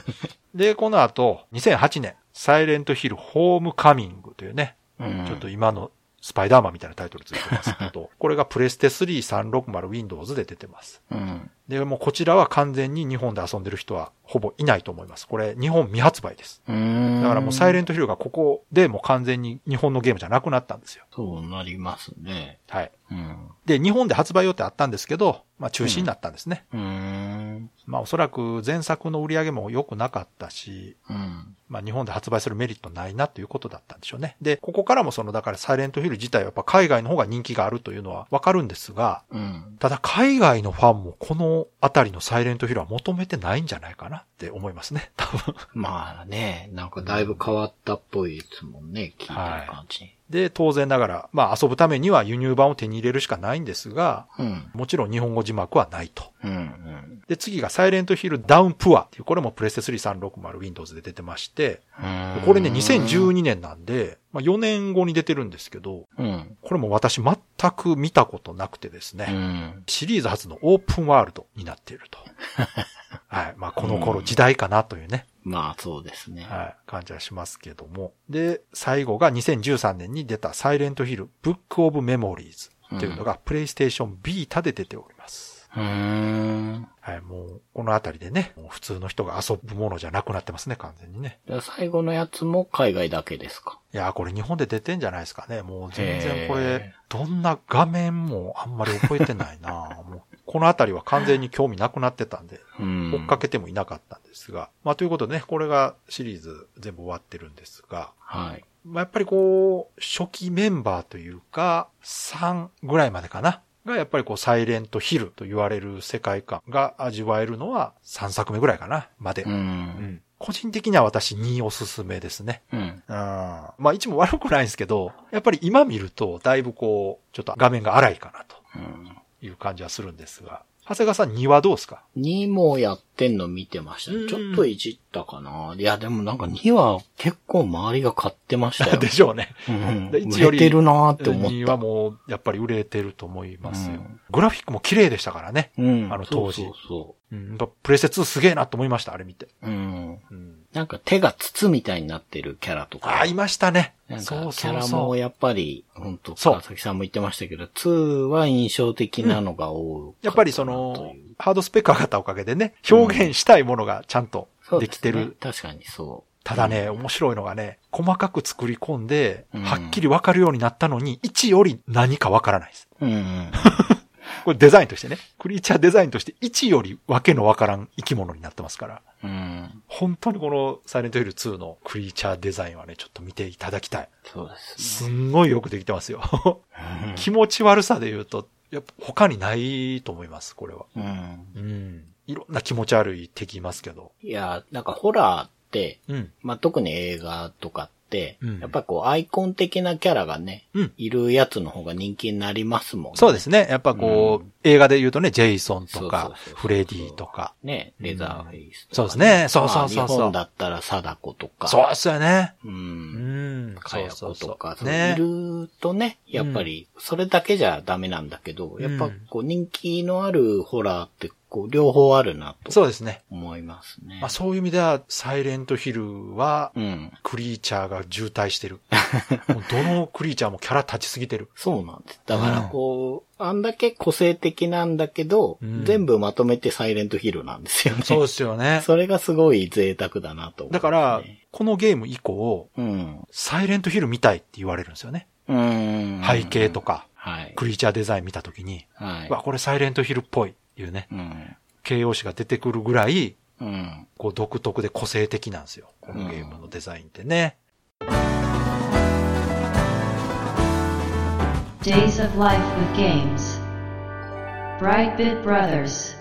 で。で、この後、2008年、サイレントヒルホームカミングというね、うんちょっと今のスパイダーマンみたいなタイトルついてますけど、これがプレステ3、360、Windows で出てます。うん。で、もうこちらは完全に日本で遊んでる人はほぼいないと思います。これ日本未発売です。うん。だからもうサイレンントヒルがここでもう完全に日本のゲームじゃなくなったんですよ。そうなりますね。はい。うん。で、日本で発売予定あったんですけど、まあ中止になったんですね。うん。まあおそらく前作の売り上げも良くなかったし、うん。まあ日本で発売するメリットないなということだったんでしょうね。で、ここからもそのだからサイレントヒル自体はやっぱ海外の方が人気があるというのはわかるんですが、うん。ただ海外のファンもこのあたりのサイレントヒルは求めてないんじゃないかなって思いますね。 多分。まあね、なんかだいぶ変わったっぽいですもんね、聞いてる感じ。で、当然ながら、まあ遊ぶためには輸入版を手に入れるしかないんですが、うん。もちろん日本語字幕はないと。うん。うん。で、次がサイレントヒルダウンプアっていう、これもプレステ3 360 Windows で出てまして、うんこれね、2012年なんで、まあ4年後に出てるんですけど、うん。これも私全く見たことなくてですね、うん。シリーズ初のオープンワールドになっている と。はい。まあ、この頃時代かなというね、まあそうですね。はい、感じはしますけども。で、最後が2013年に出たサイレントヒルブックオブメモリーズというのがプレイステーションビータで出ております。うーん。はい、もう、このあたりでね、もう普通の人が遊ぶものじゃなくなってますね、完全にね。じゃあ最後のやつも海外だけですか。いやー、これ日本で出てんじゃないですかね。もう全然これへ、どんな画面もあんまり覚えてないな もうこのあたりは完全に興味なくなってたんで、うん。追っかけてもいなかったんですが。まあ、ということでね、これがシリーズ全部終わってるんですが、はい。まあ、やっぱりこう、初期メンバーというか、3ぐらいまでかな。が、やっぱりこう、サイレントヒルと言われる世界観が味わえるのは3作目ぐらいかな、まで。う。うんん個人的には私2おすすめですね。うん。うん。まあ1も悪くないんですけど、やっぱり今見ると、だいぶこう、ちょっと画面が荒いかなとうん。いう感じはするんですが。長谷川さん2はどうですか2もやってんの見てましたうん。ね。ちょっといじったかな。いや、でもなんか2は結構周りが買ってま した よでしょう ね。うん。で一よ売りれてるなーって思っ2た。はもう、やっぱり売れてると思いますよ。うんグラフィックも綺麗でしたからね。うん。あの当時そうそうん、やっぱプレセ2すげえなと思いました、あれ見て。うそう。うん。うん。なんか手が筒みたいになってるキャラとか。あ、いましたねな。んか、キそうャそラうもそう。やっぱり、本当そう川崎さんも言ってましたけど、2は印象的なのが多い。やっぱりその、ハードスペック上がったおかげでね、表現したいものがちゃんとそうできてる。すね確かにそただね、面白いのがね、細かく作り込んで、うんはっきりわかるようになったのに、1より何かわからないです。う。うん うん。これデザインとしてね、クリーチャーデザインとして1よりわけのわからん生き物になってますから、うん。本当にこのサイレントヒル2のクリーチャーデザインはね、ちょっと見ていただきたい。そうですすんごいよくできてますよ。ね。気持ち悪さで言うと、やっぱ他にないと思います、これは。うんうん。うん。いろんな気持ち悪い敵いますけど。いや、なんかホラーって、うん。まあ、特に映画とかって、うんやっぱこうアイコン的なキャラがね、うんいるやつの方が人気になりますもんね。そうですね。やっぱこう、うん映画で言うとね、ジェイソンとそうかそうそうそう、フレディとか。ね、レザーフェイスとか、そうですねそうそうそうそうまあ日本だったら貞子とか。そうっすよね。う。うんん。かやそこうそうとか、そそううね。いるとね、やっぱり、それだけじゃダメなんだけど、やっぱこう人気のあるホラーって、こう両方あるなとそうですね。思いますね。まあそういう意味では、サイレントヒルは、うん。クリーチャーが渋滞して る。もうどのクリーチャーもキャラ立ちすぎてる。そうなんです。だからうんこう、あんだけ個性的なんだけど、うん全部まとめてサイレントヒーローなんですよね。そうですよね。 それがすごい贅沢だなと思いますね、だから、このゲーム以降、うん。サイレントヒル見たいって言われるんですよね。うん。背景と。か、はい。クリーチャーデザイン見たときに、はい。わ、これサイレントヒルっぽいっていうね、うん。形容詞が出てくるぐらい、うん。こう独特で個性的なんですよ。このゲームのデザインってね。 Days of Life with Games. Brightbit Brothers.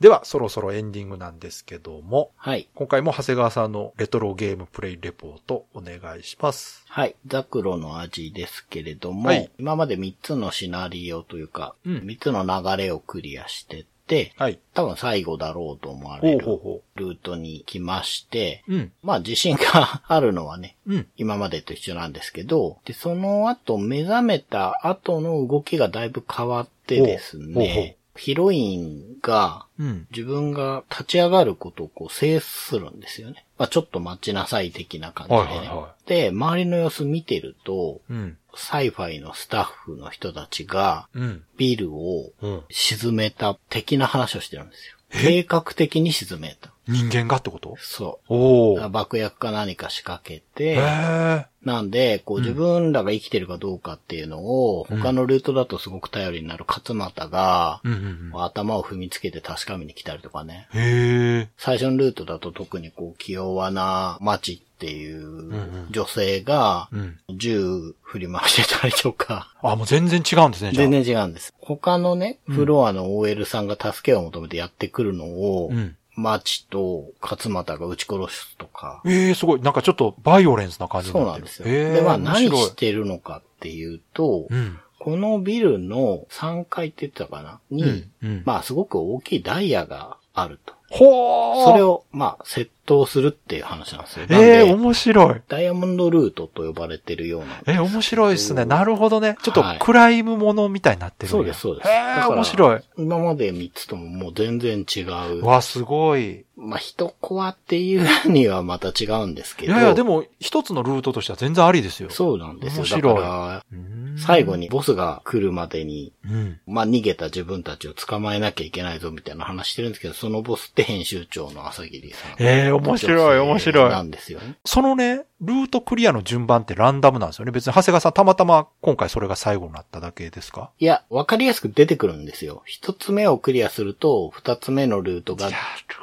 では、そろそろエンディングなんですけども、はい。今回も長谷川さんのレトロゲームプレイレポートお願いします。はい。ザクロの味ですけれども、はい今まで3つのシナリオというか、うん3つの流れをクリアしてって、はい。多分最後だろうと思わほれうほうるほルートに来まして、う。うん。まあ自信があるのはね、うん。今までと一緒なんですけど、で、その後目覚めた後の動きがだいぶ変わってですほうほうほうね、ヒロインがうん。自分が立ち上がることをこう制するんですよね。まあちょっと待ちなさい的な感じでね。はいはいはで、周りの様子見てると、うん。サイファイのスタッフの人たちがうん。ビルをうん。沈めた的な話をしてるんですよ。計画的に沈めた。人間がってことそおう。ー。爆薬か何か仕掛けへて、ー。なんで、こううん自分らが生きてるかどうかっていうのを、うん他のルートだとすごく頼りになる勝俣が、うんうんうん。頭を踏みつけて確かめに来たりとかね。へー。最初のルートだと特にこう、気弱な町っていんううん女性がう、ん。銃振り回してたり とか、あ、もう全然違うんですね、じゃあ。全然違うんです。他のね、うんフロアの OL さんが助けを求めてやってくるのをう、ん。町と勝俣が撃ち殺すとか、ええすごい。なんかちょっとバイオレンスな感じにそうなってなんる。ですよ。で、まあ面何白いしてるのかっていうと、うん。このビルの3階って言ってたかなに、うんうんまあすごく大きいダイヤがあると。ほーそれを、まあ、窃盗するっていう話なんですよ。なんでええ面白い。ダイヤモンドルートと呼ばれてるような。えー面白いですね。うんなるほどね。ちょっとはいクライムものみたいになってるんやそうです、そうです。へだえから面白い。。今まで3つとももう全然違う。わ、すごい。まあ、一コアっていうにはまた違うんですけいど。やいや、でも、一つのルートとしては全然ありですよ。そうなんですよ。面白いだから、うーん最後。にボスが来るまでに、うん。まあ、逃げた自分たちを捕まえなきゃいけないぞみたいな話してるんですけど、そのボスって編集長の朝霧さん。ええ面白い、面な白い。んですよね。そのね、ルートクリアの順番ってランダムなんですよね。別に長谷川さんたまたま今回それが最後になっただけですかいや、わかりやすく出てくるんですよ。一つ目をクリアすると、二つ目のルートながる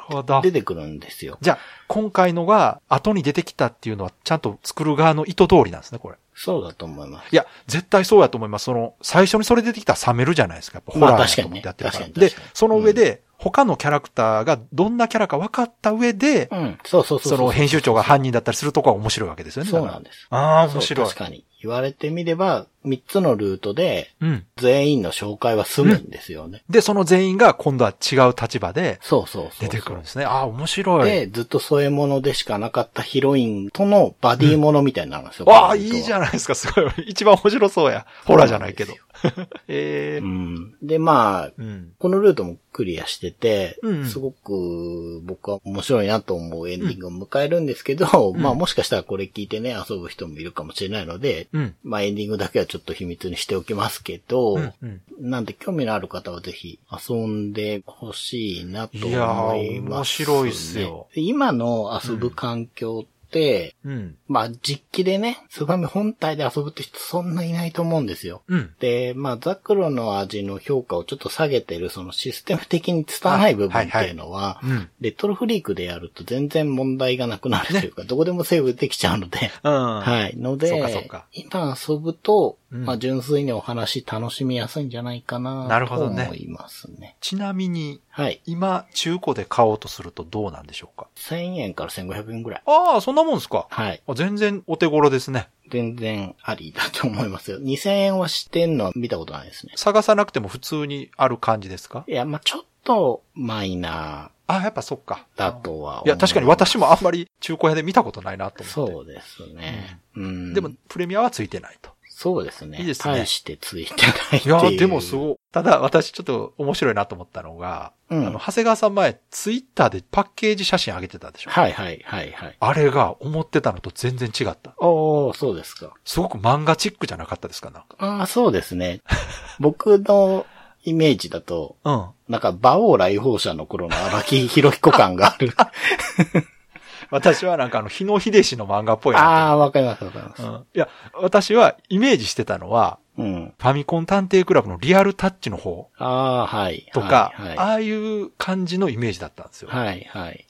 ほど。出てくるんですよ。じゃあ、今回のが後に出てきたっていうのはちゃんと作る側の意図通りなんですね、これ。そうだと思います。いや、絶対そうやと思います。その、最初にそれ出てきたら冷めるじゃないですか。やっぱホまあラーやと思ってやってるから。確かにねで、その上で、他のキャラクターがどんなキャラか分かった上で、うん。そうそうそうその編集長が犯人だったりするとこは面白いわけですよね。そうなんです。だからああ、そう面白い確。かに。言われてみれば、3つのルートで、うん。全員の紹介は済むんですよね。で、その全員が今度は違う立場でそうそうそう。出てくるんですね。ああ、面白い。で、ずっと添え物でしかなかったヒロインとのバディものみたいになるんですよ。わあ、いいじゃん。ないですか、すごい。 一番面白そうや。ホラーじゃないけど。 ええうん。で、まあ、うん。このルートもクリアしてて、うんすごく僕は面白いなと思うエンディングを迎えるんですけど、んまあもしかしたらこれ聞いてね、遊ぶ人もいるかもしれないので、うん。まあエンディングだけはちょっと秘密にしておきますけど、うんうんなんで興味のある方はぜひ遊んでほしいなと思いいやます、ね。ー面白いっすよ今の遊ぶ環境って、うん。まあ実機でね、スガミ本体で遊ぶって人そんないないと思うんですよ。うん。で、まあ、ザクロの味の評価をちょっと下げてる、そのシステム的に拙い部分っていうのははいはいうん、レトロフリークでやると全然問題がなくなるというか、どこでもセーブできちゃうので、うん。はい。のそうかそうでか、今遊ぶと、うんまあ、純粋にお話楽しみやすいんじゃないかな、なるほどねと思いますね。ちなみに、はい。今、中古で買おうとするとどうなんでしょうか1000円から1500円ぐらい。ああ、そんなもんですか。はい。あ全然お手頃ですね。全然ありだと思いますよ。2000円はしてんのは見たことないですね。探さなくても普通にある感じですかいや、まあ、ちょっとマイナあやっぱそっか。ーだとは思いや、確かにます私もあんまり中古屋で見たことないなと思って。そうですね。うん。でも、、プレミアはついてないと。そうですね。いいですね大してついてないっていいう。や、でもすごい。ただ、私ちょっと面白いなと思ったのが、うんあの、長谷川さん前、ツイッターでパッケージ写真上げてたでしょはいはいはいはい。あれが思ってたのと全然違った。おー、そうですか。すごく漫画チックじゃなかったですかなんか。ああ、そうですね。僕のイメージだと、うん。なんか、馬王来訪者の頃の荒木博彦感があ る。あ私はなんかあの、日野秀氏の漫画っぽいなあー、わかりますわかりまとす。思って。うん。いや、私はイメージしてたのは、うん。ファミコン探偵クラブのリアルタッチの方ああ、はい。とか、はいあはあいう感じのイメージだったんですい。よ。はいはい。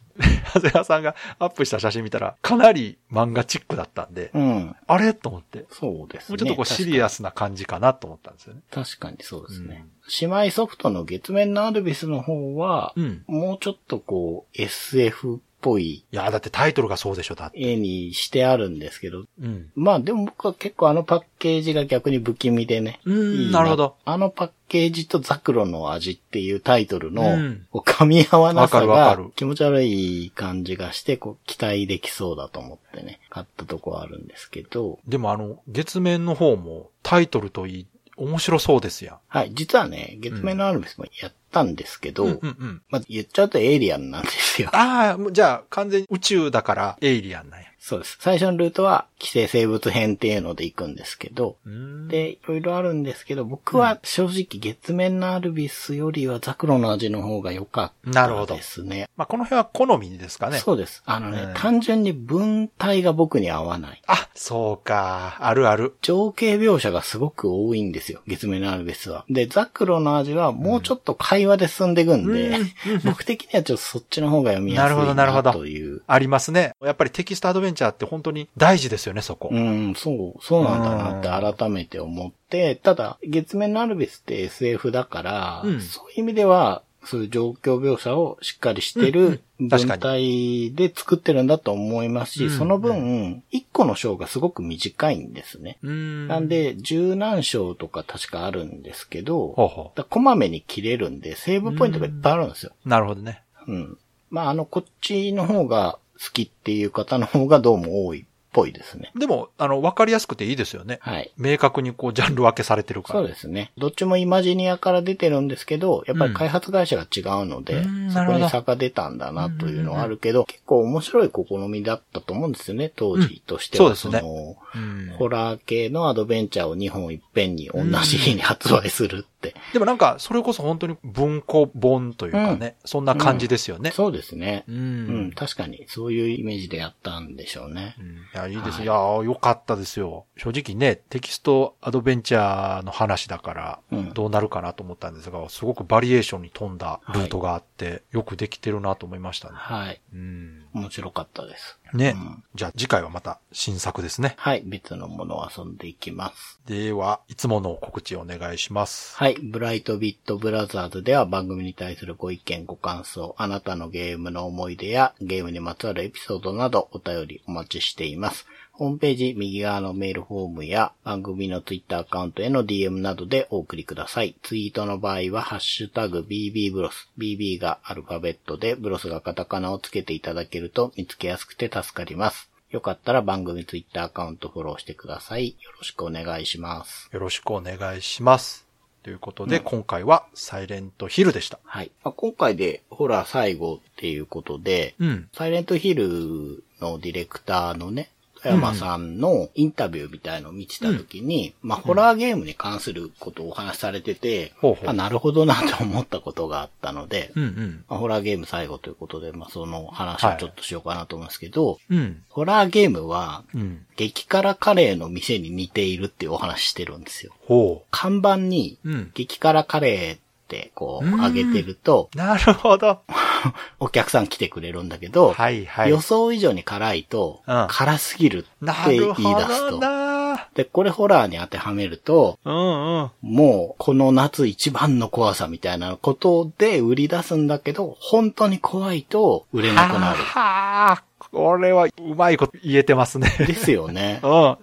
長谷川さんがアップした写真見たら、かなり漫画チックだったんで、うん。あれと思って。そうですもね。うちょっとこうシリアスな感じかなと思ったんですよね。確かにそうですね。姉妹ソフトの月面のアルビスの方は、うん。もうちょっとこう SF っぽいいや、だってタイトルがそうでしょ、だって。絵にしてあるんですけど、うん。まあでも僕は結構あのパッケージが逆に不気味でね。うん、なるほど。。あのパッケージとザクロの味っていうタイトルのうん、こう噛み合わなさわかるわがかる気持ち悪い感じがして、こう期待できそうだと思ってね、買ったとこはあるんですけど、でもあの、月面の方もタイトルといい、面白そうですやん。はい、実はね、月面のアルビスもやったんですけど、うんうんうん。まあ言っちゃうとエイリアンなんですよ。 ああ、もうじゃあ完全に宇宙だからエイリアンなんや。そうです。最初のルートは、寄生生物編っていうので行くんですけど、うんで、いろいろあるんですけど、僕は正直月面のアルビスよりはザクロの味の方が良かっなるほたどですね。まあ、この辺は好みですかね。そうです。あのね、うん単純に文体が僕に合わない。あ、そうか。あるある。情景描写がすごく多いんですよ。月面のアルビスは。で、ザクロの味はもうちょっと会話で進んでいくんで、うん僕的にはちょっとそっちの方が読みやすいなるほどなるほどなという。ありますね。やっぱりテキストアドベンチャーって本当に大事ですよね、そこ。うん、そう、そうなんだなって改めて思って、ただ、月面のアルビスって SF だから、うんそういう意味では、そういう状況描写をしっかりしてるん確か文に体で作ってるんだと思いますし、うんその分、一個の章がすごく短いんですね。うん。なん、で、十何章とか確かあるんですけど、ほうほだからこまめに切れるんで、セーブポイントがいっぱいあるんですよ。う。なるほどね。うん。まあ、あの、こっちの方が好きっていう方の方がどうも多いっぽいですね。でも、あの、わかりやすくていいですよね。はい。明確にこう、ジャンル分けされてるから。そうですね。どっちもイマジニアから出てるんですけど、やっぱり開発会社が違うので、うんそなるこほどに差が出たんだなというのはあるけど、結構面白い試みだったと思うんですよね、当時としては。うんそうですねのうんホラー系のアドベンチャーを2本いっぺんに同じ日に発売するって。でもなんか、それこそ本当に文庫本というかね、そんな感じですよね。そうですね。うん。うん、確かに、そういうイメージでやったんでしょうねう。んいや、いいです。はいい、やー、よかったですよ。正直ね、テキストアドベンチャーの話だからうん、どうなるかなと思ったんですが、すごくバリエーションに富んだルートがあって、よくできてるなと思いましたね。はい。うん。面白かったです。ね、うんじゃあ次回はまた新作ですね。はい、別のものを遊んでいきます。では、いつもの告知をお願いします。はい、ブブライトビットブラザーズでは番組に対するご意見、ご感想、あなたのゲームの思い出やゲームにまつわるエピソードなどお便りお待ちしています。ホームページ右側のメールフォームや番組のツイッターアカウントへの DM などでお送りください。ツイートの場合はハッシュタグ BB ブロス。BB がアルファベットでブロスがカタカナをつけていただけると見つけやすくて助かります。よかったら番組ツイッターアカウントフォローしてください。よろしくお願いします。よろしくお願いします。ということで、今回はサイレントヒルでした。はい。まあ、今回でホラー最後っていうことで、うん。サイレントヒルのディレクターのね、富山さんのインタビューみたいのを見てた時に、まあ、ホラーゲームに関することをお話しされてて、ほうほうあなるほどなと思ったことがあったので、うんうん。まあ、ホラーゲーム最後ということで、まあ、その話をちょっとしようかなと思うんですけど、うん。ホラーゲームは、うん。激辛カレーの店に似ているっていうお話してるんですよ。ほ看板にう。、うん。激辛カレーってこう、うん上げてると、なるほど。 お客さん来てくれるんだけど、はいはい予。想以上に辛いと、うん辛すぎるってな言いる出ほすどと。なで、これホラーに当てはめると、うんうん。もうこの夏一番の怖さみたいなことで売り出すんだけど、本当に怖いと売れなくなる。はあ、これはうまいこと言えてますね。ですよね うん。。わ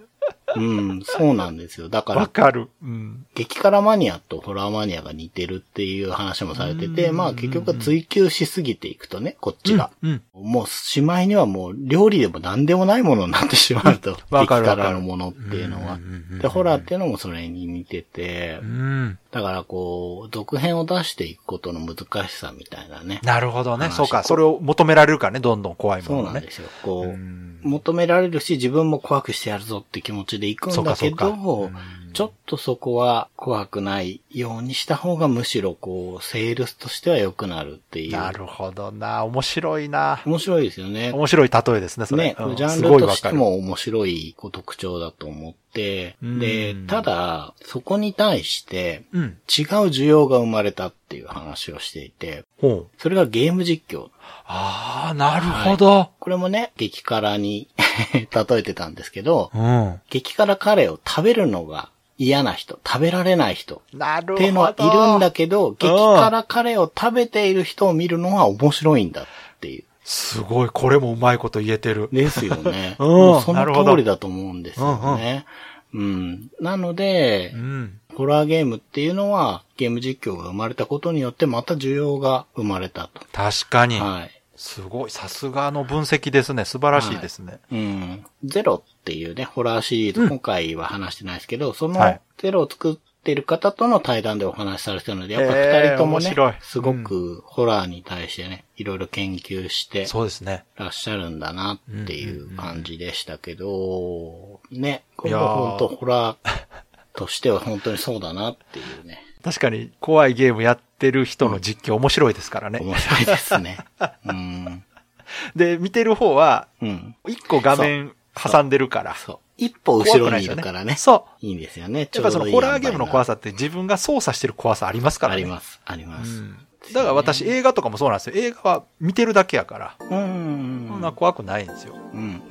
うん、そうなんですよ。だから、かる。うん。激辛マニアとホラーマニアが似てるっていう話もされてて、うんまあ結局は追求しすぎていくとね、こっちが。うん。もうしまいにはもう料理でも何でもないものになってしまうと。 わかる激わかる辛のものっていうのはうんうんうんうん。で、ホラーっていうのもそれに似ててう、ん。だからこう、続編を出していくことの難しさみたいなね。なるほどね。話そうか。それを求められるからね。どんどん怖いそもうのをなんねで。すよ。こうう、ん求められるし、自分も怖くしてやるぞって気持ちで行くそんうだかそけうかど、ちょっとそこは怖くないようにした方がむしろこう、セールスとしては良くなるっていう。なるほどな。面白いな。面白いですよね。面白い例えですね、それ。ね、うんジャンすごルいとわしかてるも面白いこう特徴だと思って、うんで、ただ、そこに対して、うん。違う需要が生まれたっていう話をしていて、ほう。それがゲーム実況。ああ、なるほど。これもね、激辛に 例えてたんですけど、うん。激辛カレーを食べるのが嫌な人、食べられない人なるほど。っていうのはいるんだけど、激辛カレーを食べている人を見るのは面白いんだっていう。すごい、これもうまいこと言えてる。ですよね。 うんもうそなるのほど通りだと思うんですよね。うん。なのでう、ん。ホラーゲームっていうのは、ゲーム実況が生まれたことによって、また需要が生まれた確かと。に。はい。すごい、さすがの分析ですね。素晴らしいですね。うん。ゼロっていうね、ホラーシリーズ、うん今回は話してないですけど、そのはいゼロを作ってる方との対談でお話しされてるので、やっぱえー二人ともね、面白いすごくホラーに対してね、いろいろ研究して、そうですね。らっしゃるんだなっていう感じでしたけど、ね、こいれやはー本当ホラーとしては本当にそうだなってい うね、確かに、怖いゲームやってる人の実況面白いですからね。面白いですね。うん。で、見てる方は、うん。一個画面挟んでるから。そう。一歩後ろにいるからね。そう。いいんですよね。やっぱそのホラーゲームの怖ささって自分が操作してる怖さありますからあね。ります。あります。うんだから私映画とかもそうなんですよ。映画は見てるだけやから、うん。うんそんな怖くないんですよ。うんうん。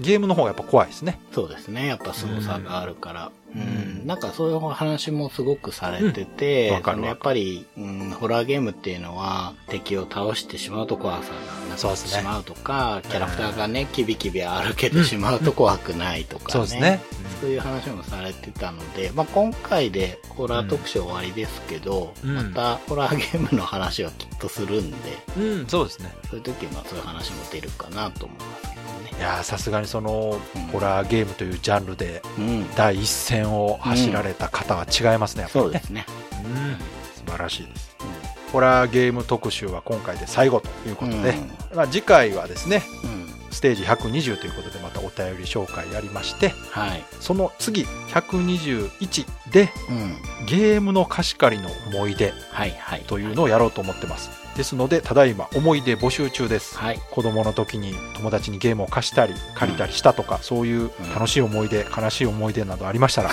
ゲームの方がやっぱ怖いですね。そうですね。やっぱ凄さがあるから。うん。なんかそういうお話もすごくされてて、うんわかるそのやっぱり、うん、ホラーゲームっていうのは敵を倒してしまうと怖さがなくそうなでってすねしまうとか、キャラクターがね、キビキビ歩けてしまうと怖くないとかね。そうですね。そういう話もされてたので、まあ、今回でホラー特集終わりですけど、うんまたホラーゲームの話はきっとするんで、うん、そうですね。そういう時はそういう話も出るかなと思いますけいやーさすがにそのうんホラーゲームというジャンルで どね。うん。第一線を走られた方は違いますね、やっぱりそうでね。すね。うん素晴らしいです。ホラーゲーム特集は今回で最後ということで、まあ、次回はですね、うん。うんステージ120ということでまたお便り紹介やりまして、はい。その次121でうん。ゲームの貸し借りの思い出はいはい。というのをやろうと思ってますですのでただいま思い出募集中ですはい。子供の時に友達にゲームを貸したり借りたりしたとか、そう いう楽しい思い出悲しい思い出などありましたら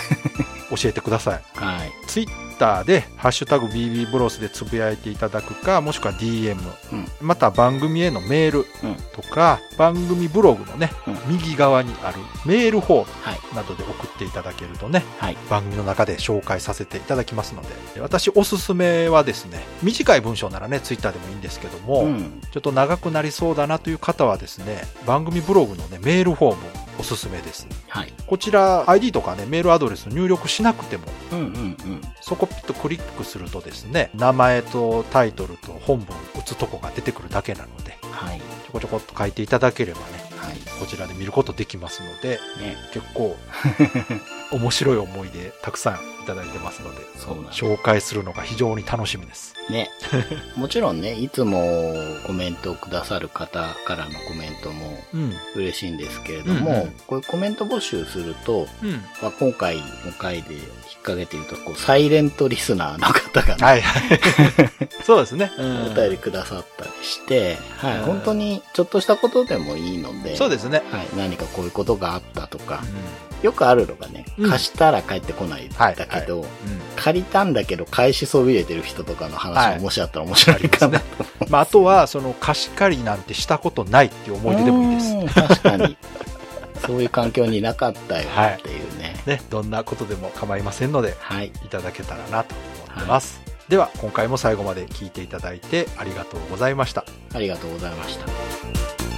教えてくださいはい。ツイッターで「ハッシュタグ #BB ブロス」でつぶやいていただくかもしくは DM うんまた番組へのメールうんとか番組ブログのねうん右側にあるメールフォーはいムなどで送っていただけるとねはい番組の中で紹介させていただきますので私おすすめはですね短い文章ならねツイッターでもいいんですけども、うんちょっと長くなりそうだなという方はですね番組ブログのねメールフォームおすすめですはいこちら ID とかねメールアドレス入力しなくてもうんうんうんそこピッとクリックするとですね名前とタイトルと本文打つとこが出てくるだけなのではいちょこちょこっと書いていただければねはいこちらで見ることできますのでね結 構面白い思い出たくさんいただいてますのでそうなんです紹介するのが非常に楽しみですねもちろんねいつもコメントをくださる方からのコメントもうん嬉しいんですけれども、うんうんこういうコメント募集すると、うんまあ、今回の回で引っ掛けて言うとこうサイレントリスナーの方がね、はい はいそうですね、うんお便りくださったりして、はい、うん本当にちょっとしたことでもいいので、そうですね、はい、何かこういうことがあったとかう、よくあるのがね、うん貸したら帰ってこないだけど、ん借りたんだけど返しそびれてる人とかの話はいももしあったら面白いかなとまあ、あとはその貸し借りなんてしたことないっていう思い出でもいいです、うん確かに。そういう環境になかったよはいっていうね。ね、どんなことでも構いませんのではい。いただけたらなと思ってます、では今回も最後まで聞いていただいてありがとうございましたありがとうございました。